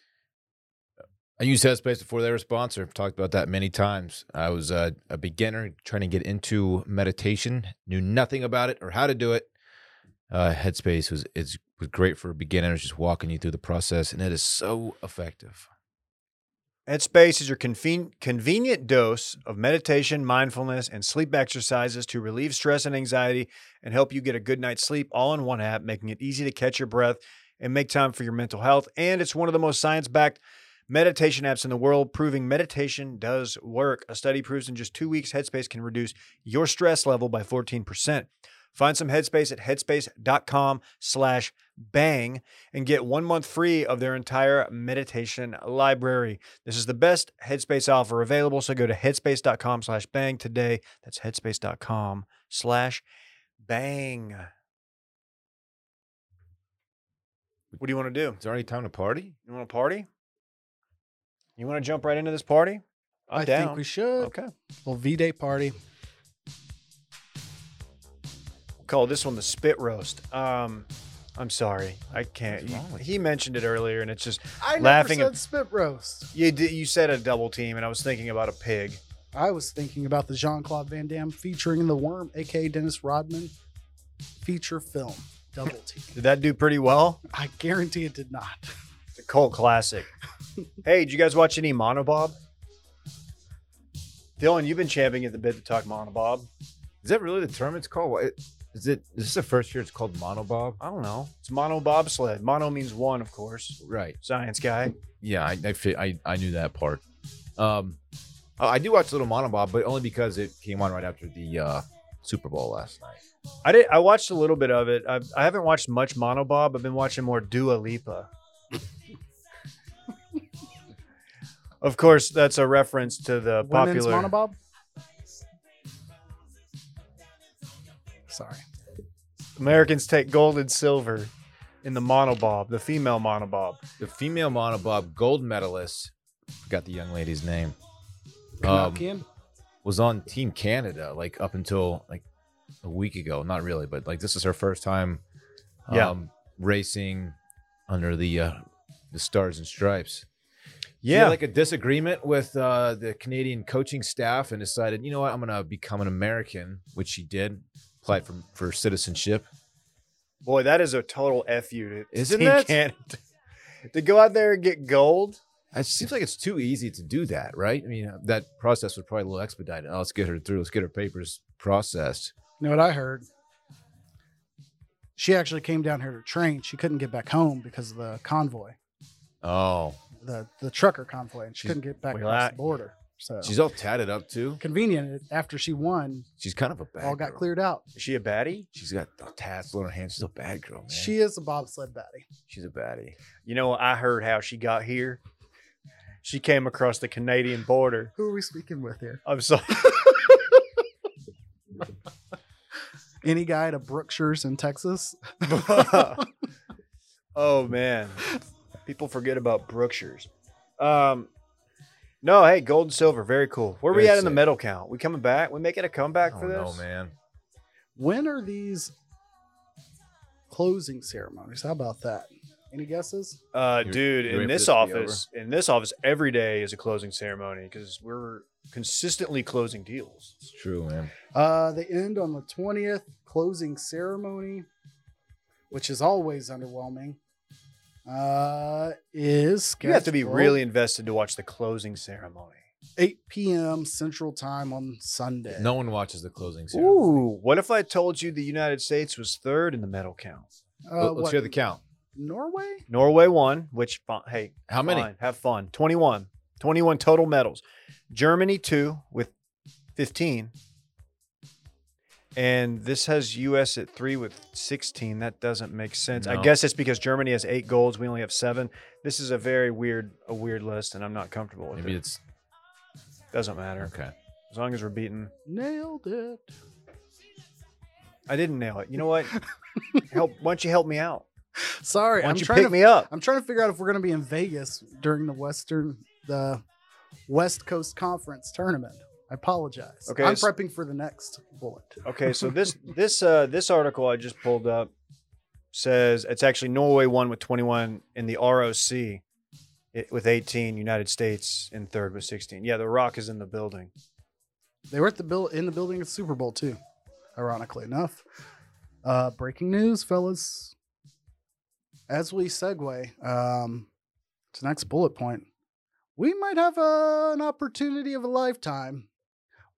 Speaker 4: I used Headspace before they were a sponsor. I've talked about that many times. I was a, a beginner trying to get into meditation, knew nothing about it or how to do it. Uh, Headspace was it's was great for beginners, just walking you through the process, and it is so effective.
Speaker 2: Headspace is your conven- convenient dose of meditation, mindfulness, and sleep exercises to relieve stress and anxiety and help you get a good night's sleep all in one app, making it easy to catch your breath and make time for your mental health. And it's one of the most science backed meditation apps in the world, proving meditation does work. A study proves in just two weeks, Headspace can reduce your stress level by 14%. Find some Headspace at headspace.com slash bang and get one month free of their entire meditation library. This is the best Headspace offer available, so go to headspace.com slash bang today. That's headspace.com slash bang. What do you want to do?
Speaker 4: It's already time to party.
Speaker 2: You want to party? You want to jump right into this party? I'm
Speaker 3: I
Speaker 2: down.
Speaker 3: think we should.
Speaker 2: Okay.
Speaker 3: Well, V Day party.
Speaker 2: We'll call this one the spit roast. Um, I'm sorry. I can't.
Speaker 4: What's wrong with
Speaker 2: he mentioned it earlier, and it's just
Speaker 3: I never
Speaker 2: Laughing
Speaker 3: said
Speaker 2: at-
Speaker 3: spit roast.
Speaker 2: you. Did, you said a double team, and I was thinking about a pig.
Speaker 3: I was thinking about the Jean Claude Van Damme featuring the Worm, aka Dennis Rodman, feature film Double Team.
Speaker 2: Did that do pretty well?
Speaker 3: I guarantee it did not.
Speaker 2: It's a cult classic. Hey, did you guys watch any Monobob? Dylan, you've been champing at the bit to talk Monobob.
Speaker 4: Is that really the term it's called? What- Is it? Is this the first year it's called monobob?
Speaker 2: I don't know. It's mono bobsled. Mono means one, of course.
Speaker 4: Right.
Speaker 2: Science guy.
Speaker 4: Yeah, I I, fi- I, I knew that part. Um, I I do watch Little Monobob, but only because it came on right after the uh, Super Bowl last night.
Speaker 2: I did. I watched a little bit of it. I've, I haven't watched much Monobob. I've been watching more Dua Lipa. of course, that's a reference to the
Speaker 3: Women's
Speaker 2: popular.
Speaker 3: monobob. Sorry.
Speaker 2: Americans take gold and silver in the monobob, the female monobob.
Speaker 4: The female monobob gold medalist, forgot the young lady's name, um,
Speaker 3: Canuckian?
Speaker 4: was on Team Canada like up until like a week ago. Not really, but like this is her first time, um,
Speaker 2: Yeah.
Speaker 4: racing under the uh, the stars and stripes. She
Speaker 2: Yeah,
Speaker 4: had, like a disagreement with uh, the Canadian coaching staff and decided, you know what, I'm gonna become an American, which she did, applied for for citizenship.
Speaker 2: boy, that is a total fu to
Speaker 4: Isn't
Speaker 2: Team
Speaker 4: that-
Speaker 2: Canada. to go out there and get gold.
Speaker 4: It seems like it's too easy to do that, right? I mean, that process was probably a little expedited. Oh, let's get her through. Let's get her papers processed.
Speaker 3: You know what I heard? She actually came down here to train. She couldn't get back home because of the convoy,
Speaker 4: Oh,
Speaker 3: the the trucker convoy, and she
Speaker 4: She's-
Speaker 3: couldn't get back
Speaker 2: Well,
Speaker 3: across
Speaker 2: that-
Speaker 3: the border. So
Speaker 4: she's all tatted up too.
Speaker 3: convenient. it- After she won,
Speaker 4: She's kind of a bad.
Speaker 3: all got
Speaker 4: girl.
Speaker 3: cleared out.
Speaker 2: Is she a baddie?
Speaker 4: She's got the tats on her hands. She's a bad girl, man.
Speaker 3: She is a bobsled baddie.
Speaker 4: she's a baddie.
Speaker 2: You know, I heard how she got here. She came across the Canadian border.
Speaker 3: Who are we speaking with here?
Speaker 2: I'm sorry.
Speaker 3: Any guy to Brookshire's in Texas?
Speaker 2: oh man, people forget about Brookshire's. Um, no, hey, gold and silver, very cool. Where are we
Speaker 4: Very
Speaker 2: at in the
Speaker 4: sick.
Speaker 2: medal count? We coming back? We making a comeback
Speaker 4: I
Speaker 2: for
Speaker 4: don't
Speaker 2: this?
Speaker 4: know, man.
Speaker 3: When are these closing ceremonies? How about that? Any guesses?
Speaker 2: Uh,
Speaker 4: You're-
Speaker 2: dude,
Speaker 4: you
Speaker 2: in
Speaker 4: ready for
Speaker 2: this
Speaker 4: this to be
Speaker 2: office, in this office, every day is a closing ceremony because we're consistently closing deals.
Speaker 4: It's true, man.
Speaker 3: Uh, they end on the 20th closing ceremony, which is always underwhelming. Uh, is
Speaker 2: You have to be
Speaker 3: scheduled
Speaker 2: really invested to watch the closing ceremony.
Speaker 3: 8 p.m. Central Time on Sunday.
Speaker 4: No one watches the closing ceremony.
Speaker 2: Ooh, what if I told you the United States was third in the medal count?
Speaker 3: uh,
Speaker 4: Let's
Speaker 3: what,
Speaker 4: hear the count.
Speaker 3: Norway?
Speaker 2: Norway won, which fi- hey,
Speaker 4: How many?
Speaker 2: fine, have fun. 21. 21 total medals. Germany 2 with 15. And this has US at 3 with 16. That doesn't make sense. I
Speaker 4: No.
Speaker 2: guess it's because Germany has 8 golds, we only have 7. This is a very weird a weird list and I'm not comfortable with
Speaker 4: Maybe
Speaker 2: it.
Speaker 4: it's
Speaker 2: Doesn't matter.
Speaker 4: okay.
Speaker 2: As long as we're beaten.
Speaker 3: Nailed it.
Speaker 2: I didn't nail it. You know what? help why don't you help me out?
Speaker 3: Sorry,
Speaker 2: Why
Speaker 3: I'm
Speaker 2: don't you
Speaker 3: trying
Speaker 2: pick
Speaker 3: to
Speaker 2: me up?
Speaker 3: I'm trying to figure out if we're going to be in Vegas during the Western, the West Coast Conference tournament. I apologize.
Speaker 2: Okay,
Speaker 3: I'm
Speaker 2: so-
Speaker 3: prepping for the next bullet.
Speaker 2: Okay, so this this uh this article I just pulled up says it's actually Norway won with 21 in the ROC it, with 18, United States in third with 16. Yeah, the Rock is in the building.
Speaker 3: They were at the bill in the building at Super Bowl too, ironically enough. Uh, breaking news, fellas. As we segue um, to next bullet point, we might have uh, an opportunity of a lifetime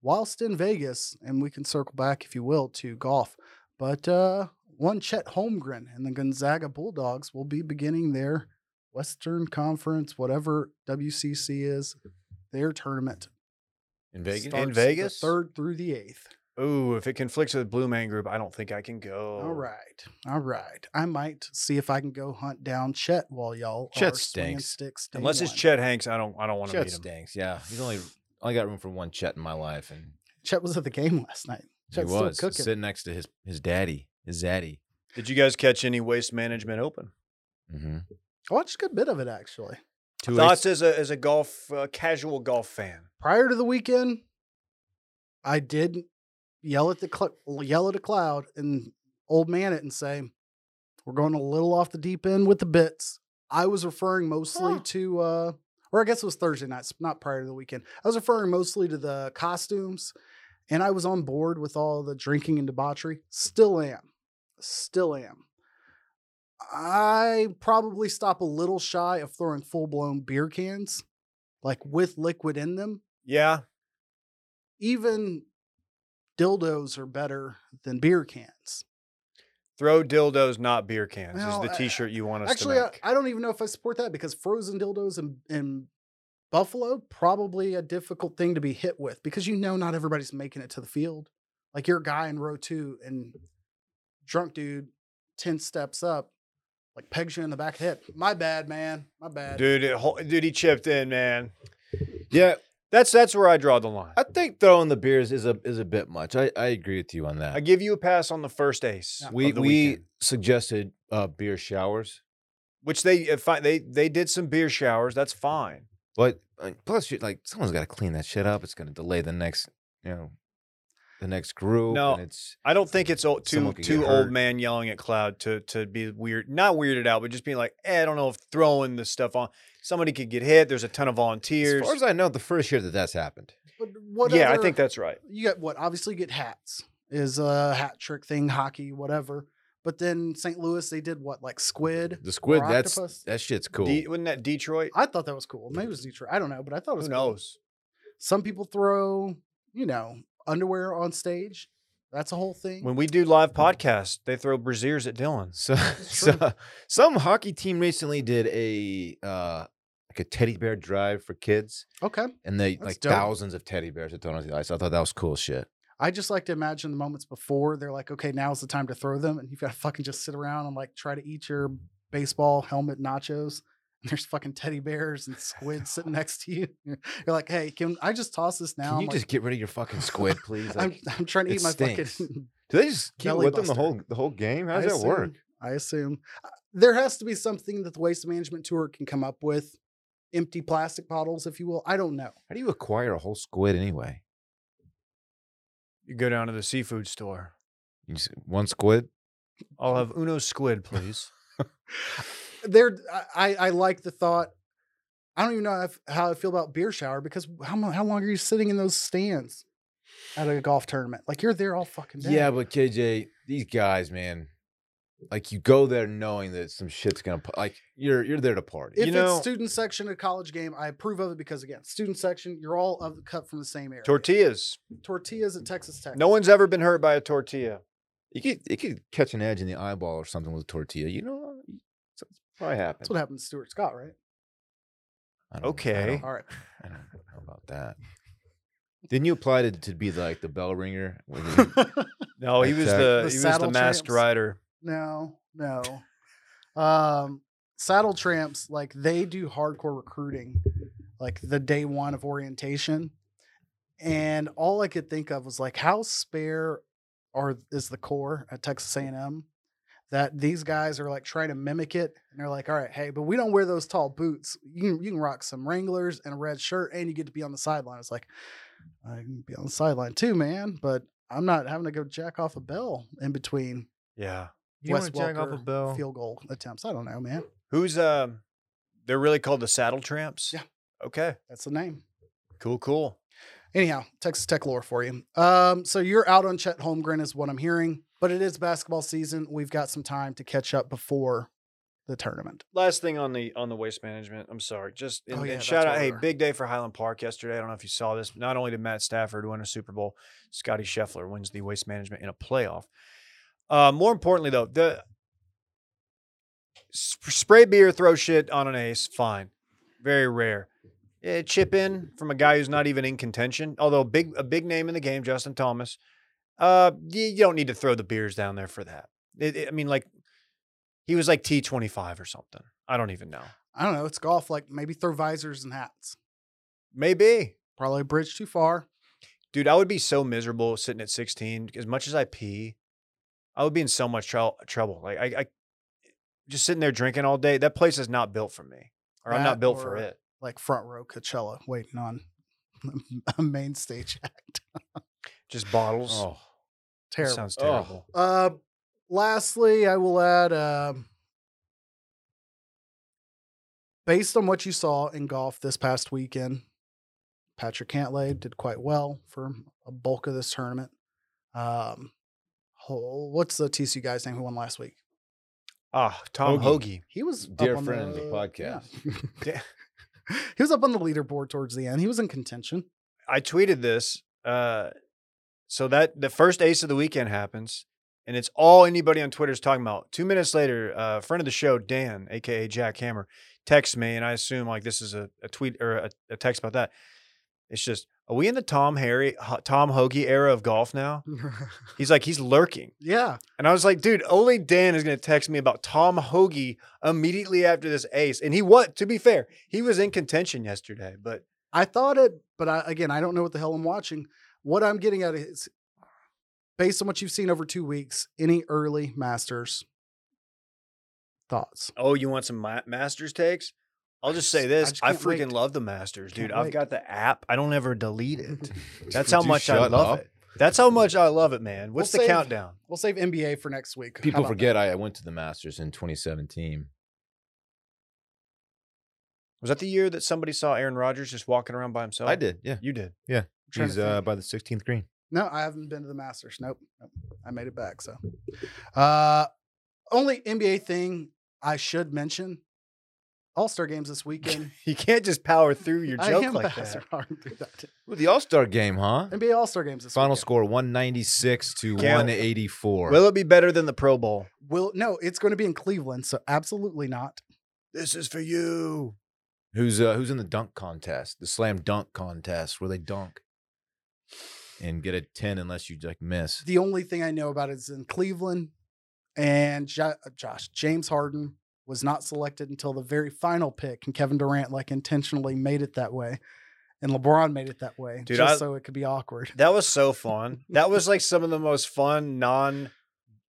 Speaker 3: whilst in Vegas, and we can circle back, if you will, to golf. But uh, one Chet Holmgren and the Gonzaga Bulldogs will be beginning their Western Conference, whatever WCC is, their tournament
Speaker 4: In Vegas.
Speaker 3: starts
Speaker 2: In Vegas?
Speaker 3: the third through the eighth.
Speaker 2: Ooh, if it conflicts with the Blue Man Group, I don't think I can go.
Speaker 3: All right, all right. I might see if I can go hunt down Chet while y'all
Speaker 4: Chet
Speaker 3: are swinging
Speaker 4: stinks.
Speaker 3: Sticks day
Speaker 2: Unless it's
Speaker 3: one.
Speaker 2: Chet Hanks, I don't I don't want to
Speaker 4: Chet
Speaker 2: meet him.
Speaker 4: stinks. Yeah, he's only only got room for one Chet in my life, and
Speaker 3: Chet was at the game last night. Chet's
Speaker 4: he
Speaker 3: still
Speaker 4: was
Speaker 3: cooking.
Speaker 4: sitting next to his his daddy, his zaddy.
Speaker 2: Did you guys catch any Waste Management Open?
Speaker 4: Mm-hmm.
Speaker 3: I watched a good bit of it actually.
Speaker 4: Two
Speaker 2: Thoughts as a as a golf uh, casual golf fan.
Speaker 3: Prior to the weekend, I did yell at the cl- yell at a cloud and old man it and say, "We're going a little off the deep end with the bits." I was referring mostly
Speaker 2: Huh.
Speaker 3: to, uh, or I guess it was Thursday night, not prior to the weekend. I was referring mostly to the costumes, and I was on board with all the drinking and debauchery. Still am, still am. I probably stop a little shy of throwing full blown beer cans, like with liquid in them.
Speaker 2: Yeah.
Speaker 3: Even dildos are better than beer cans.
Speaker 2: Throw dildos, not beer cans,
Speaker 3: Well,
Speaker 2: is
Speaker 3: I-
Speaker 2: the T-shirt you want us
Speaker 3: Actually,
Speaker 2: to
Speaker 3: I,
Speaker 2: make.
Speaker 3: I don't even know if I support that because frozen dildos and, and Buffalo probably a difficult thing to be hit with because you know not everybody's making it to the field. Like you're a guy in row two and drunk dude, 10 steps up, like pegs you in the back of the head. My bad, man. My bad.
Speaker 2: dude, it, hol- dude, he chipped in, man.
Speaker 4: Yeah,
Speaker 2: That's that's where I draw the line.
Speaker 4: I think throwing the beers is a is a bit much. I, I agree with you on that.
Speaker 2: I give you a pass on the first ace,
Speaker 3: Yeah.
Speaker 2: of
Speaker 4: we
Speaker 2: the
Speaker 4: we
Speaker 2: weekend,
Speaker 4: suggested uh, beer showers,
Speaker 2: which they uh, fi- they they did some beer showers. That's fine.
Speaker 4: but like, plus you like someone's got to clean that shit up. It's going to delay the next you know the next group.
Speaker 2: No.
Speaker 4: and it's
Speaker 2: I don't think it's old, too
Speaker 4: Someone could get
Speaker 2: too
Speaker 4: hurt.
Speaker 2: old man yelling at cloud to to be weird, not weirded out, but just being like, eh, I don't know if throwing this stuff on somebody could get hit. There's a ton of volunteers.
Speaker 4: as far as I know, the first year that that's happened.
Speaker 3: But what
Speaker 2: yeah, I
Speaker 3: other-
Speaker 2: think that's right.
Speaker 3: you got what obviously you get hats is a hat trick thing, hockey, whatever. But then St. Louis, they did what like squid.
Speaker 4: The squid,
Speaker 3: Or
Speaker 4: that's
Speaker 3: octopus?
Speaker 4: that shit's cool.
Speaker 2: De- wasn't that Detroit?
Speaker 3: I thought that was cool. Maybe it was Detroit. I don't know, but I thought it was
Speaker 2: Who
Speaker 3: cool.
Speaker 2: knows?
Speaker 3: Some people throw, you know, underwear on stage. That's a whole thing.
Speaker 2: When we do live podcasts, they throw braziers at Dylan's.
Speaker 4: So, so some hockey team recently did a uh, like a teddy bear drive for kids,
Speaker 3: okay.
Speaker 4: and they
Speaker 3: That's
Speaker 4: like
Speaker 3: dope.
Speaker 4: thousands of teddy bears are thrown onto the ice. I thought that was cool shit.
Speaker 3: I just like to imagine the moments before they're like, okay, now's the time to throw them. And you've got to fucking just sit around and like try to eat your baseball helmet nachos. And there's fucking teddy bears and squid sitting next to you. You're like, hey, can I just toss this now?
Speaker 4: Can
Speaker 3: I'm
Speaker 4: you
Speaker 3: like,
Speaker 4: just get rid of your fucking squid, please? Like,
Speaker 3: I'm, I'm trying to
Speaker 4: it
Speaker 3: eat my
Speaker 4: stinks.
Speaker 3: fucking.
Speaker 4: do they just keep it
Speaker 3: belly
Speaker 4: with them the
Speaker 3: buster.
Speaker 4: whole the whole game? How
Speaker 3: I
Speaker 4: does that
Speaker 3: assume-
Speaker 4: work?
Speaker 3: I assume Uh, there has to be something that the waste management tour can come up with, empty plastic bottles, if you will. I don't know.
Speaker 4: How do you acquire a whole squid anyway?
Speaker 2: You go down to the seafood store.
Speaker 4: You just, one squid.
Speaker 2: I'll have Uno squid, please.
Speaker 3: There, I I I like the thought. I don't even know if, how I feel about beer shower because how mo- how long are you sitting in those stands at a golf tournament? Like you're there all fucking day.
Speaker 4: Yeah, but KJ, these guys, man, like you go there knowing that some shit's gonna pu- like you're you're there to party.
Speaker 3: If
Speaker 2: you know-
Speaker 3: it's student section at college game, I approve of it because again, student section, you're all of cut from the same area.
Speaker 2: Tortillas.
Speaker 3: Tortillas at Texas Tech.
Speaker 2: No one's ever been hurt by a tortilla.
Speaker 4: You could you could catch an edge in the eyeball or something with a tortilla. You know, it's probably happened.
Speaker 3: that's what happened to Stuart Scott, right?
Speaker 4: I don't- I
Speaker 2: Okay.
Speaker 4: don't,
Speaker 3: All right.
Speaker 4: I don't know about that. Didn't you apply to, to be like the bell ringer? When you-
Speaker 2: No, he was
Speaker 4: Exact-
Speaker 2: the,
Speaker 3: The
Speaker 2: he was the
Speaker 3: saddle
Speaker 2: masked
Speaker 3: tramps.
Speaker 2: rider.
Speaker 3: No, no. Um, saddle tramps, like they do hardcore recruiting, like the day one of orientation. And all I could think of was like, how spare are is the core at Texas A&M that these guys are like trying to mimic it, and they're like, all right, hey, but we don't wear those tall boots. You can you can rock some Wranglers and a red shirt, and you get to be on the sideline. It's like I can be on the sideline too, man, but. I'm not having to go jack off a bell in between
Speaker 2: Yeah.
Speaker 3: Wes Welker
Speaker 4: bell?
Speaker 3: field goal attempts. I don't know, man.
Speaker 2: Who's um they're really called the saddle tramps?
Speaker 3: Yeah.
Speaker 2: Okay.
Speaker 3: That's the name.
Speaker 2: Cool, cool.
Speaker 3: Anyhow, Texas Tech lore for you. Um, so you're out on Chet Holmgren is what I'm hearing, but it is basketball season. We've got some time to catch up before the tournament.
Speaker 2: Last thing on the on the waste management. I'm sorry. Just and,
Speaker 3: Oh, yeah,
Speaker 2: and
Speaker 3: that's
Speaker 2: shout out,
Speaker 3: where
Speaker 2: hey,
Speaker 3: we're-
Speaker 2: big day for Highland Park yesterday. I don't know if you saw this. but Not only did Matt Stafford win a Super Bowl, Scotty Scheffler wins the waste management in a playoff. Uh, more importantly, though, the sp- spray beer, throw shit on an ace, fine. Very rare. Eh, chip in from a guy who's not even in contention, although big a big name in the game, Justin Thomas. Uh, you, you don't need to throw the beers down there for that. It- it- I mean, like he was like T twenty five or something. I don't even know.
Speaker 3: I don't know. It's golf. Like maybe throw visors and hats.
Speaker 2: Maybe,
Speaker 3: Probably a bridge too far.
Speaker 2: dude. I would be so miserable sitting at sixteen. As much as I pee, I would be in so much trou- trouble. Like I, I just sitting there drinking all day. That place is not built for me, or I'm
Speaker 3: That
Speaker 2: not built for
Speaker 3: or-
Speaker 2: it.
Speaker 3: Like front row Coachella waiting on a main stage act.
Speaker 2: Just bottles.
Speaker 4: Oh,
Speaker 2: That
Speaker 3: Terrible.
Speaker 2: sounds
Speaker 4: Oh.
Speaker 2: terrible.
Speaker 3: Uh, lastly, I will add, um based on what you saw in golf this past weekend, Patrick Cantlay did quite well for a bulk of this tournament. Um, whole- what's the TCU guy's name who won last week?
Speaker 2: Ah, Tom
Speaker 4: Hoagie.
Speaker 2: Hoagie.
Speaker 4: He was
Speaker 3: up
Speaker 4: dear
Speaker 3: on
Speaker 4: friend of the
Speaker 3: yeah.
Speaker 4: podcast.
Speaker 3: he was up on the leaderboard towards the end. He was in contention.
Speaker 2: I tweeted this. Uh, so that the first ace of the weekend happens, and it's all anybody on Twitter is talking about. Two minutes later, a uh, friend of the show, Dan, aka Jack Hammer, texts me, and I assume like this is a, a tweet or a, a text about that. It's just, are we in the Tom Harry, Ho- Tom Hoagie era of golf now? He's like, he's lurking.
Speaker 3: yeah.
Speaker 2: And I was like, dude, only Dan is going to text me about Tom Hoagie immediately after this ace. And he what? To be fair, he was in contention yesterday, but
Speaker 3: I thought it, but I, again, I don't know what the hell I'm watching. What I'm getting at is based on what you've seen over two weeks, any early Masters thoughts?
Speaker 2: oh, you want some ma- Masters takes? I'll just say
Speaker 3: just- I
Speaker 2: this:
Speaker 3: just
Speaker 2: I,
Speaker 3: can't wait.
Speaker 2: freaking love the Masters, dude.
Speaker 3: Can't
Speaker 2: I've
Speaker 3: wait.
Speaker 2: got the app. I don't ever delete it. That's
Speaker 4: Would
Speaker 2: how
Speaker 4: you
Speaker 2: much I
Speaker 4: shut
Speaker 2: love
Speaker 4: up?
Speaker 2: it. That's how much I love it, man. What's
Speaker 3: We'll
Speaker 2: the
Speaker 3: save-
Speaker 2: countdown?
Speaker 3: We'll save NBA for next week. How
Speaker 4: People
Speaker 3: about that?
Speaker 4: forget I I went to the Masters in 2017.
Speaker 2: Was that the year that somebody saw Aaron Rodgers just walking around by
Speaker 3: Oh.
Speaker 2: himself?
Speaker 4: I did. Yeah.
Speaker 2: You did.
Speaker 3: trying to
Speaker 4: He's uh,
Speaker 3: think.
Speaker 4: by the 16th green.
Speaker 3: No, I haven't been to the Masters. Nope. nope. I made it back. So, uh, only NBA thing I should mention All Star games this weekend.
Speaker 2: You can't just power through your
Speaker 3: I
Speaker 2: joke
Speaker 3: am
Speaker 2: like
Speaker 3: passing
Speaker 2: that.
Speaker 3: hard through that.
Speaker 4: Ooh, the All Star game, huh?
Speaker 3: NBA All Star games this
Speaker 4: Final
Speaker 3: weekend.
Speaker 4: score 196 to
Speaker 2: Can't-
Speaker 4: 184.
Speaker 2: Will it be better than the Pro Bowl?
Speaker 3: Will no, it's going to be in Cleveland, so absolutely not.
Speaker 2: This is for you.
Speaker 4: who's uh, who's in the dunk contest, the slam dunk contest where they dunk and get a 10 unless you like miss.
Speaker 3: The only thing I know about it is in Cleveland, and Jo- Josh James Harden was not selected until the very final pick, and Kevin Durant like intentionally made it that way, and LeBron made it that way,
Speaker 2: Dude,
Speaker 3: just
Speaker 2: I-
Speaker 3: so it could be awkward.
Speaker 2: That was so fun. That was like some of the most fun non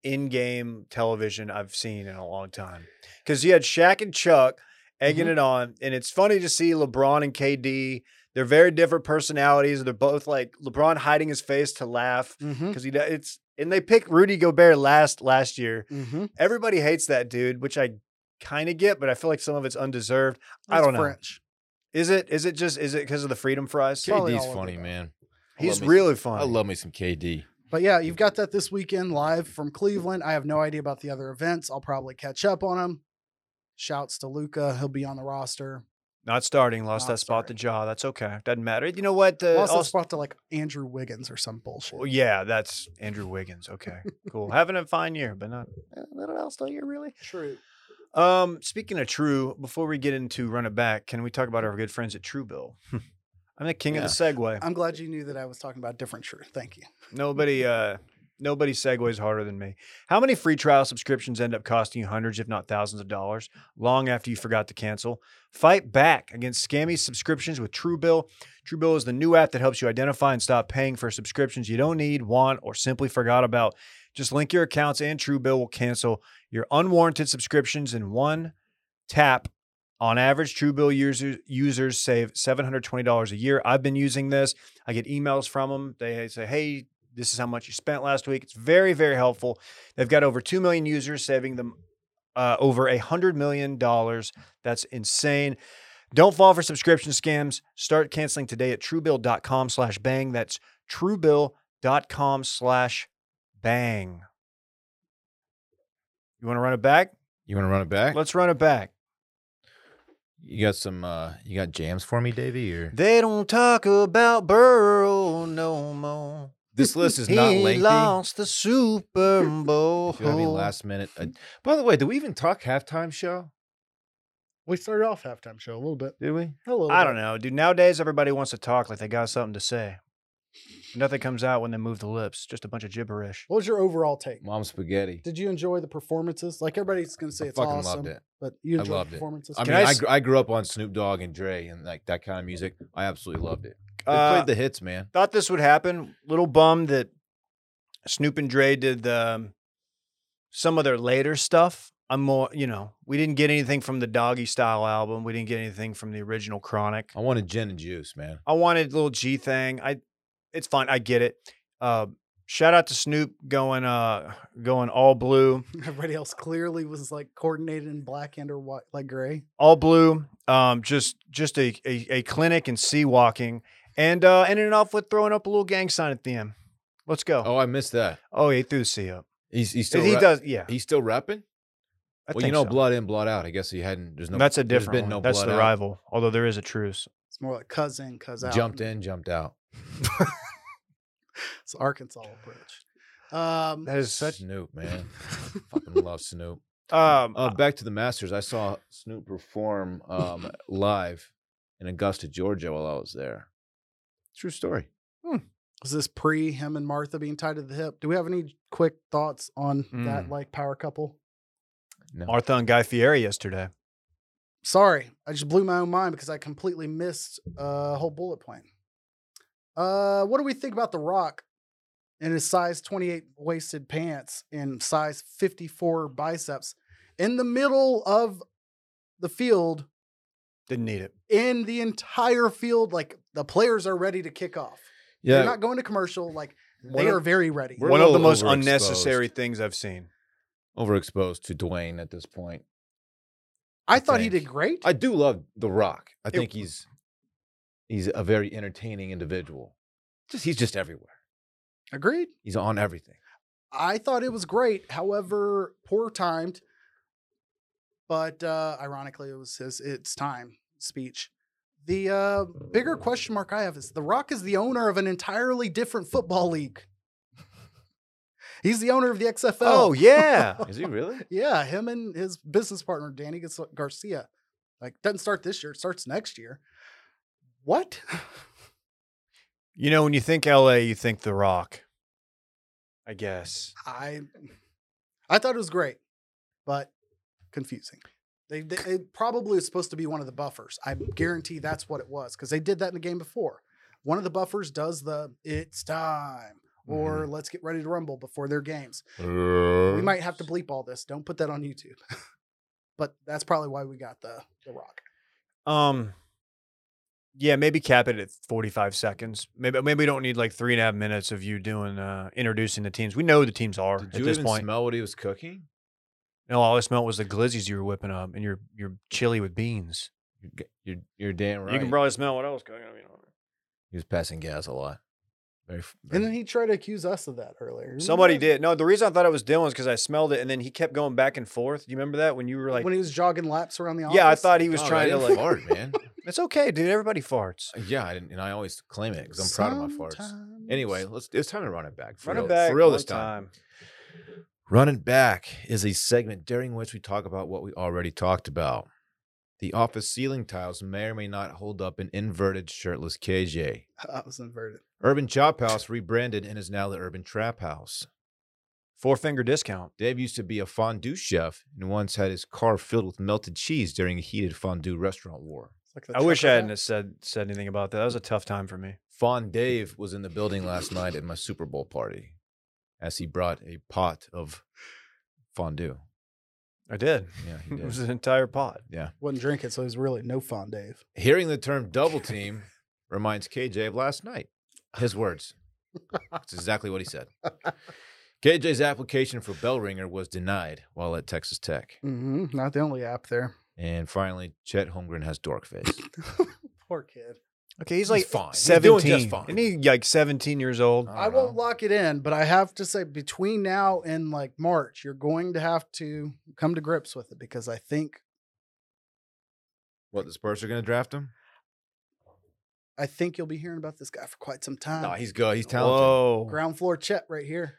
Speaker 2: in game television I've seen in a long time. Because you had Shaq and Chuck egging
Speaker 4: Mm-hmm.
Speaker 3: Mhm.
Speaker 2: it on. And it's funny to see LeBron and KD. They're very different personalities. They're both like LeBron hiding his face to laugh
Speaker 3: Mm-hmm.
Speaker 2: because he do- it's and they picked Rudy Gobert last last year.
Speaker 3: Mm-hmm.
Speaker 2: Everybody hates that dude, which I kind of get, but I feel like some of it's undeserved. I don't know.
Speaker 3: French.
Speaker 2: Is it? Is it just? Is it because of the freedom fries?
Speaker 3: Probably
Speaker 4: KD's
Speaker 3: all of
Speaker 4: funny,
Speaker 3: it.
Speaker 4: man. I
Speaker 2: He's
Speaker 4: love me-
Speaker 2: really funny.
Speaker 4: I love me some KD.
Speaker 3: But yeah, you've got that this weekend live from Cleveland. I have no idea about the other events. I'll probably catch up on them. Shouts to Luca. He'll be on the roster.
Speaker 2: Not starting, lost
Speaker 3: Not
Speaker 2: that spot
Speaker 3: starting.
Speaker 2: to Jaw. That's okay. Doesn't matter. You know what? The,
Speaker 3: Lost that
Speaker 2: Uh, also-
Speaker 3: spot to like Andrew Wiggins or some bullshit.
Speaker 2: Well, yeah, that's Andrew Wiggins. Okay, cool. Having a fine year, but not a little else all year, really.
Speaker 3: True.
Speaker 2: Um, speaking of True, before we get into run it back, can we talk about our good friends at True Bill?
Speaker 3: Hmm.
Speaker 2: I'm the king of the segue.
Speaker 3: I'm glad you knew that I was talking about a different shirt. Thank you.
Speaker 2: Nobody, uh, nobody segues harder than me. How many free trial subscriptions end up costing you hundreds, if not thousands, of dollars long after you forgot to cancel? Fight back against scammy subscriptions with Truebill. Truebill is the new app that helps you identify and stop paying for subscriptions you don't need, want, or simply forgot about. Just link your accounts, and Truebill will cancel your unwarranted subscriptions in one tap. On average, Truebill users users save $720 a year. I've been using this. I get emails from them. They say, "Hey, this is how much you spent last week." It's very, very helpful. They've got over two million users, saving them uh, over a hundred million dollars. That's insane. Don't fall for subscription scams. Start canceling today at Truebill.com/bang. That's Truebill.com/bang. You want to run it back?
Speaker 4: You want to run it back?
Speaker 2: Let's run it back.
Speaker 4: You got some uh you got jams for me, Davey? Or
Speaker 2: They don't talk about Burrow no more.
Speaker 4: this list is not lengthy.
Speaker 2: the Super Bowl.
Speaker 4: If you have any last minute uh, by the way, did we even talk halftime show?
Speaker 3: We started off halftime show a little bit.
Speaker 4: Did we?
Speaker 3: A little
Speaker 2: I
Speaker 3: bit.
Speaker 2: don't know, dude. Nowadays, everybody wants to talk like they got something to say. Nothing comes out when they move the lips. Just a bunch of gibberish.
Speaker 3: What was your overall take?
Speaker 4: Mom spaghetti.
Speaker 3: Did you enjoy the performances? Like everybody's going to say
Speaker 4: I
Speaker 3: it's
Speaker 4: fucking
Speaker 3: awesome,
Speaker 4: loved it.
Speaker 3: but you
Speaker 4: I
Speaker 3: enjoyed
Speaker 4: loved
Speaker 3: the
Speaker 4: it.
Speaker 3: performances.
Speaker 4: I
Speaker 2: Can
Speaker 4: mean, I,
Speaker 2: I s-
Speaker 4: gr- I grew up on Snoop Dogg and Dre and like that kind of music. I absolutely loved it. They
Speaker 2: Uh,
Speaker 4: played the hits, man.
Speaker 2: Thought this would happen. Little bum that Snoop and Dre did the, um, some of their later stuff. I'm more, you know, we didn't get anything from the Doggy Style album. We didn't get anything from the original Chronic.
Speaker 4: I wanted gin and juice, man.
Speaker 2: I wanted little G thing. I, it's fine. I get it. Uh, shout out to Snoop going, uh, going all blue.
Speaker 3: Everybody else clearly was like coordinated in black and or white, like gray.
Speaker 2: all blue. Um, just just a, a, a clinic and sea walking, and uh, ended it off with throwing up a little gang sign at the end. Let's go. Oh,
Speaker 4: Oh, I missed that.
Speaker 2: yeah, he threw the sea up.
Speaker 4: He's, he's still
Speaker 2: he
Speaker 4: rap-
Speaker 2: does, yeah.
Speaker 4: He's still rapping.
Speaker 2: I
Speaker 4: well, you
Speaker 2: think
Speaker 4: know,
Speaker 2: so.
Speaker 4: blood in, blood out. I guess he hadn't. There's no.
Speaker 2: That's a
Speaker 4: there's
Speaker 2: different.
Speaker 4: been
Speaker 2: one.
Speaker 4: no
Speaker 2: That's
Speaker 4: blood
Speaker 2: the
Speaker 4: out.
Speaker 2: rival. Although there is a truce.
Speaker 3: It's more like cuz in, cuz out.
Speaker 4: Jumped in, jumped out.
Speaker 3: It's Arkansas approach. Um,
Speaker 2: That is such.
Speaker 4: Snoop, man, fucking love Snoop.
Speaker 2: Um,
Speaker 4: Uh, back to the Masters. I saw Snoop perform um, live in Augusta, Georgia, while I was there. True story.
Speaker 3: was this pre him and Martha being tied to the hip? Do we have any quick thoughts on that
Speaker 2: Mm.
Speaker 3: like power couple?
Speaker 4: No.
Speaker 2: Martha and Guy Fieri yesterday.
Speaker 3: Sorry, I just blew my own mind because I completely missed a whole bullet point. Uh, what do we think about The Rock in his size 28 waisted pants and size 54 biceps in the middle of the field
Speaker 2: Didn't need it.
Speaker 3: in the entire field. Like the players are ready to kick off.
Speaker 4: yeah,
Speaker 3: They're not going to commercial. Like
Speaker 4: One
Speaker 3: they
Speaker 4: of-
Speaker 3: are very ready.
Speaker 4: We're a
Speaker 2: One of the
Speaker 4: little
Speaker 2: most
Speaker 4: overexposed.
Speaker 2: unnecessary things I've seen.
Speaker 4: overexposed to Dwayne at this point.
Speaker 3: I thought he
Speaker 4: think.
Speaker 3: did great.
Speaker 4: I do love The Rock. I think
Speaker 2: It-
Speaker 4: he's he's a very entertaining individual. Just he's just everywhere.
Speaker 3: Agreed.
Speaker 4: He's on everything.
Speaker 3: I thought it was great. However, poor timed. But uh, ironically, it was his "It's Time" speech. The uh, bigger question mark I have is: The Rock is the owner of an entirely different football league. He's the owner of the XFL.
Speaker 2: Oh yeah.
Speaker 4: Is he really?
Speaker 3: Yeah, him and his business partner Danny Gas- Garcia. Like doesn't start this year, it starts next year. What?
Speaker 2: you know, when you think L.A., you think The Rock. I guess.
Speaker 3: I I thought it was great, but confusing. They, they it probably was supposed to be one of the buffers. I guarantee that's what it was because they did that in the game before. One of the buffers does the "It's time"
Speaker 2: Mm-hmm.
Speaker 3: or "Let's get ready to rumble" before their games. We might have to bleep all this. Don't put that on YouTube. but that's probably why we got the the rock.
Speaker 2: Um. Yeah, maybe cap it at forty-five seconds. Maybe maybe we don't need like three and a half minutes of you doing uh introducing the teams. We know who the teams are
Speaker 4: Did
Speaker 2: at
Speaker 4: you
Speaker 2: this
Speaker 4: even
Speaker 2: point.
Speaker 4: smell what he was cooking?
Speaker 2: no, all I smelled was the glizzies you were whipping up and your your chili with beans.
Speaker 4: You're, g- you're, you're damn right.
Speaker 2: You can probably smell what I was cooking. I mean,
Speaker 4: he was passing gas a lot. Very, f-
Speaker 3: And
Speaker 4: very
Speaker 3: then he tried to accuse us of that earlier. Remember
Speaker 2: Somebody
Speaker 3: that?
Speaker 2: did. No, the reason I thought it was Dylan was because I smelled it, and then he kept going back and forth. Do you remember that when you were like,
Speaker 3: when he was jogging laps around the office.
Speaker 2: "Yeah, I thought he was
Speaker 4: Oh, I
Speaker 2: trying to
Speaker 4: didn't
Speaker 2: like."
Speaker 4: fart, man. Uh,
Speaker 2: It's okay, dude. Everybody farts.
Speaker 4: Yeah, I didn't, and I always claim it because I'm proud of my farts.
Speaker 3: Sometimes-
Speaker 4: Anyway, let's. It's time to run it back. For
Speaker 2: Run it
Speaker 4: real,
Speaker 2: back
Speaker 4: for real
Speaker 2: one
Speaker 4: this time. Running Back is a segment during which we talk about what we already talked about. The office ceiling tiles may or may not hold up an inverted shirtless KJ.
Speaker 3: I was inverted.
Speaker 4: Urban Chop House rebranded and is now the Urban Trap House.
Speaker 2: Four finger discount.
Speaker 4: Dave used to be a fondue chef and once had his car filled with melted cheese during a heated fondue restaurant war.
Speaker 3: It's like the
Speaker 2: I wish I
Speaker 3: trucker
Speaker 2: hadn't
Speaker 3: guy.
Speaker 2: have said said anything about that. That was a tough time for me.
Speaker 4: Fond Dave was in the building last night at my Super Bowl party as he brought a pot of fondue.
Speaker 2: I did.
Speaker 4: Yeah, he
Speaker 2: It was
Speaker 4: did.
Speaker 2: an entire pot.
Speaker 3: Wasn't drinking, so he's really no fun, Dave.
Speaker 4: Hearing the term double team reminds KJ of last night. His words. That's exactly what he said. KJ's application for bell ringer was denied while at Texas Tech.
Speaker 3: Mm-hmm. Not the only app there.
Speaker 4: And finally, Chet Holmgren has dork face.
Speaker 3: Poor kid.
Speaker 2: Okay, he's
Speaker 4: like
Speaker 2: like
Speaker 4: He's doing just
Speaker 2: seventeen.
Speaker 4: fine. Oh,
Speaker 2: Isn't he like seventeen years old?
Speaker 4: don't
Speaker 3: I, won't
Speaker 4: know.
Speaker 3: lock it in, but I have to say, between now and like March, you're going to have to come to grips with it because I think
Speaker 4: What, the Spurs are going to draft him?
Speaker 3: I think you'll be hearing about this guy for quite some time.
Speaker 4: No, he's good. He's talented.
Speaker 2: Whoa.
Speaker 3: Ground floor Chet right here.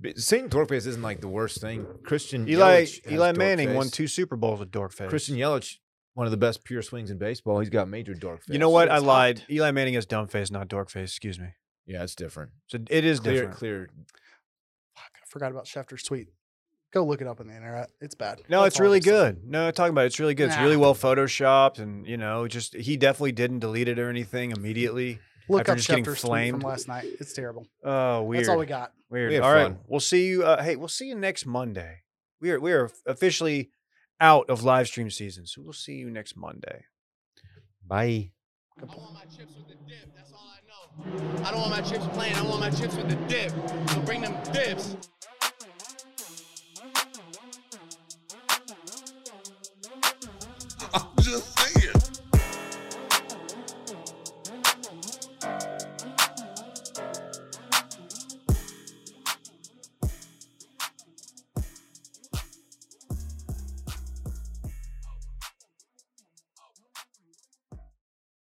Speaker 4: But Seeing dork face isn't like the worst thing. Christian
Speaker 2: Eli
Speaker 4: Yelich has
Speaker 2: Eli
Speaker 4: dork
Speaker 2: Manning won
Speaker 4: face.
Speaker 2: two Super Bowls with dork face.
Speaker 4: Christian Yelich, one of the best pure swings in baseball. He's got major dork face.
Speaker 2: you know what? I
Speaker 3: It's hot.
Speaker 2: lied. Eli Manning has dumb face, not dork face. Excuse me.
Speaker 4: Yeah, it's different.
Speaker 2: So it is
Speaker 4: Clear,
Speaker 2: different.
Speaker 4: clear.
Speaker 3: Fuck, I forgot about Schefter's tweet. Go look it up on the internet. It's bad.
Speaker 2: No,
Speaker 3: That's
Speaker 2: it's
Speaker 3: all I'm
Speaker 2: really
Speaker 3: saying.
Speaker 2: good. No, talking about it, it's really good. It's really
Speaker 3: Nah.
Speaker 2: well photoshopped, and you know, just he definitely didn't delete it or anything immediately.
Speaker 3: Look
Speaker 2: After
Speaker 3: up
Speaker 2: just getting
Speaker 3: Schefter's tweet from
Speaker 2: flamed.
Speaker 3: last night. It's terrible.
Speaker 2: Oh, weird.
Speaker 3: That's all we got.
Speaker 2: Weird.
Speaker 4: We had
Speaker 2: All right.
Speaker 4: fun.
Speaker 2: We'll see you. Uh, hey, we'll see you next Monday. We are we are officially out of live stream season, so we'll see you next Monday.
Speaker 4: Bye.
Speaker 5: I want my chips with the dip. That's all I know. I don't want my chips plain. I want my chips with the dip. So bring them dips.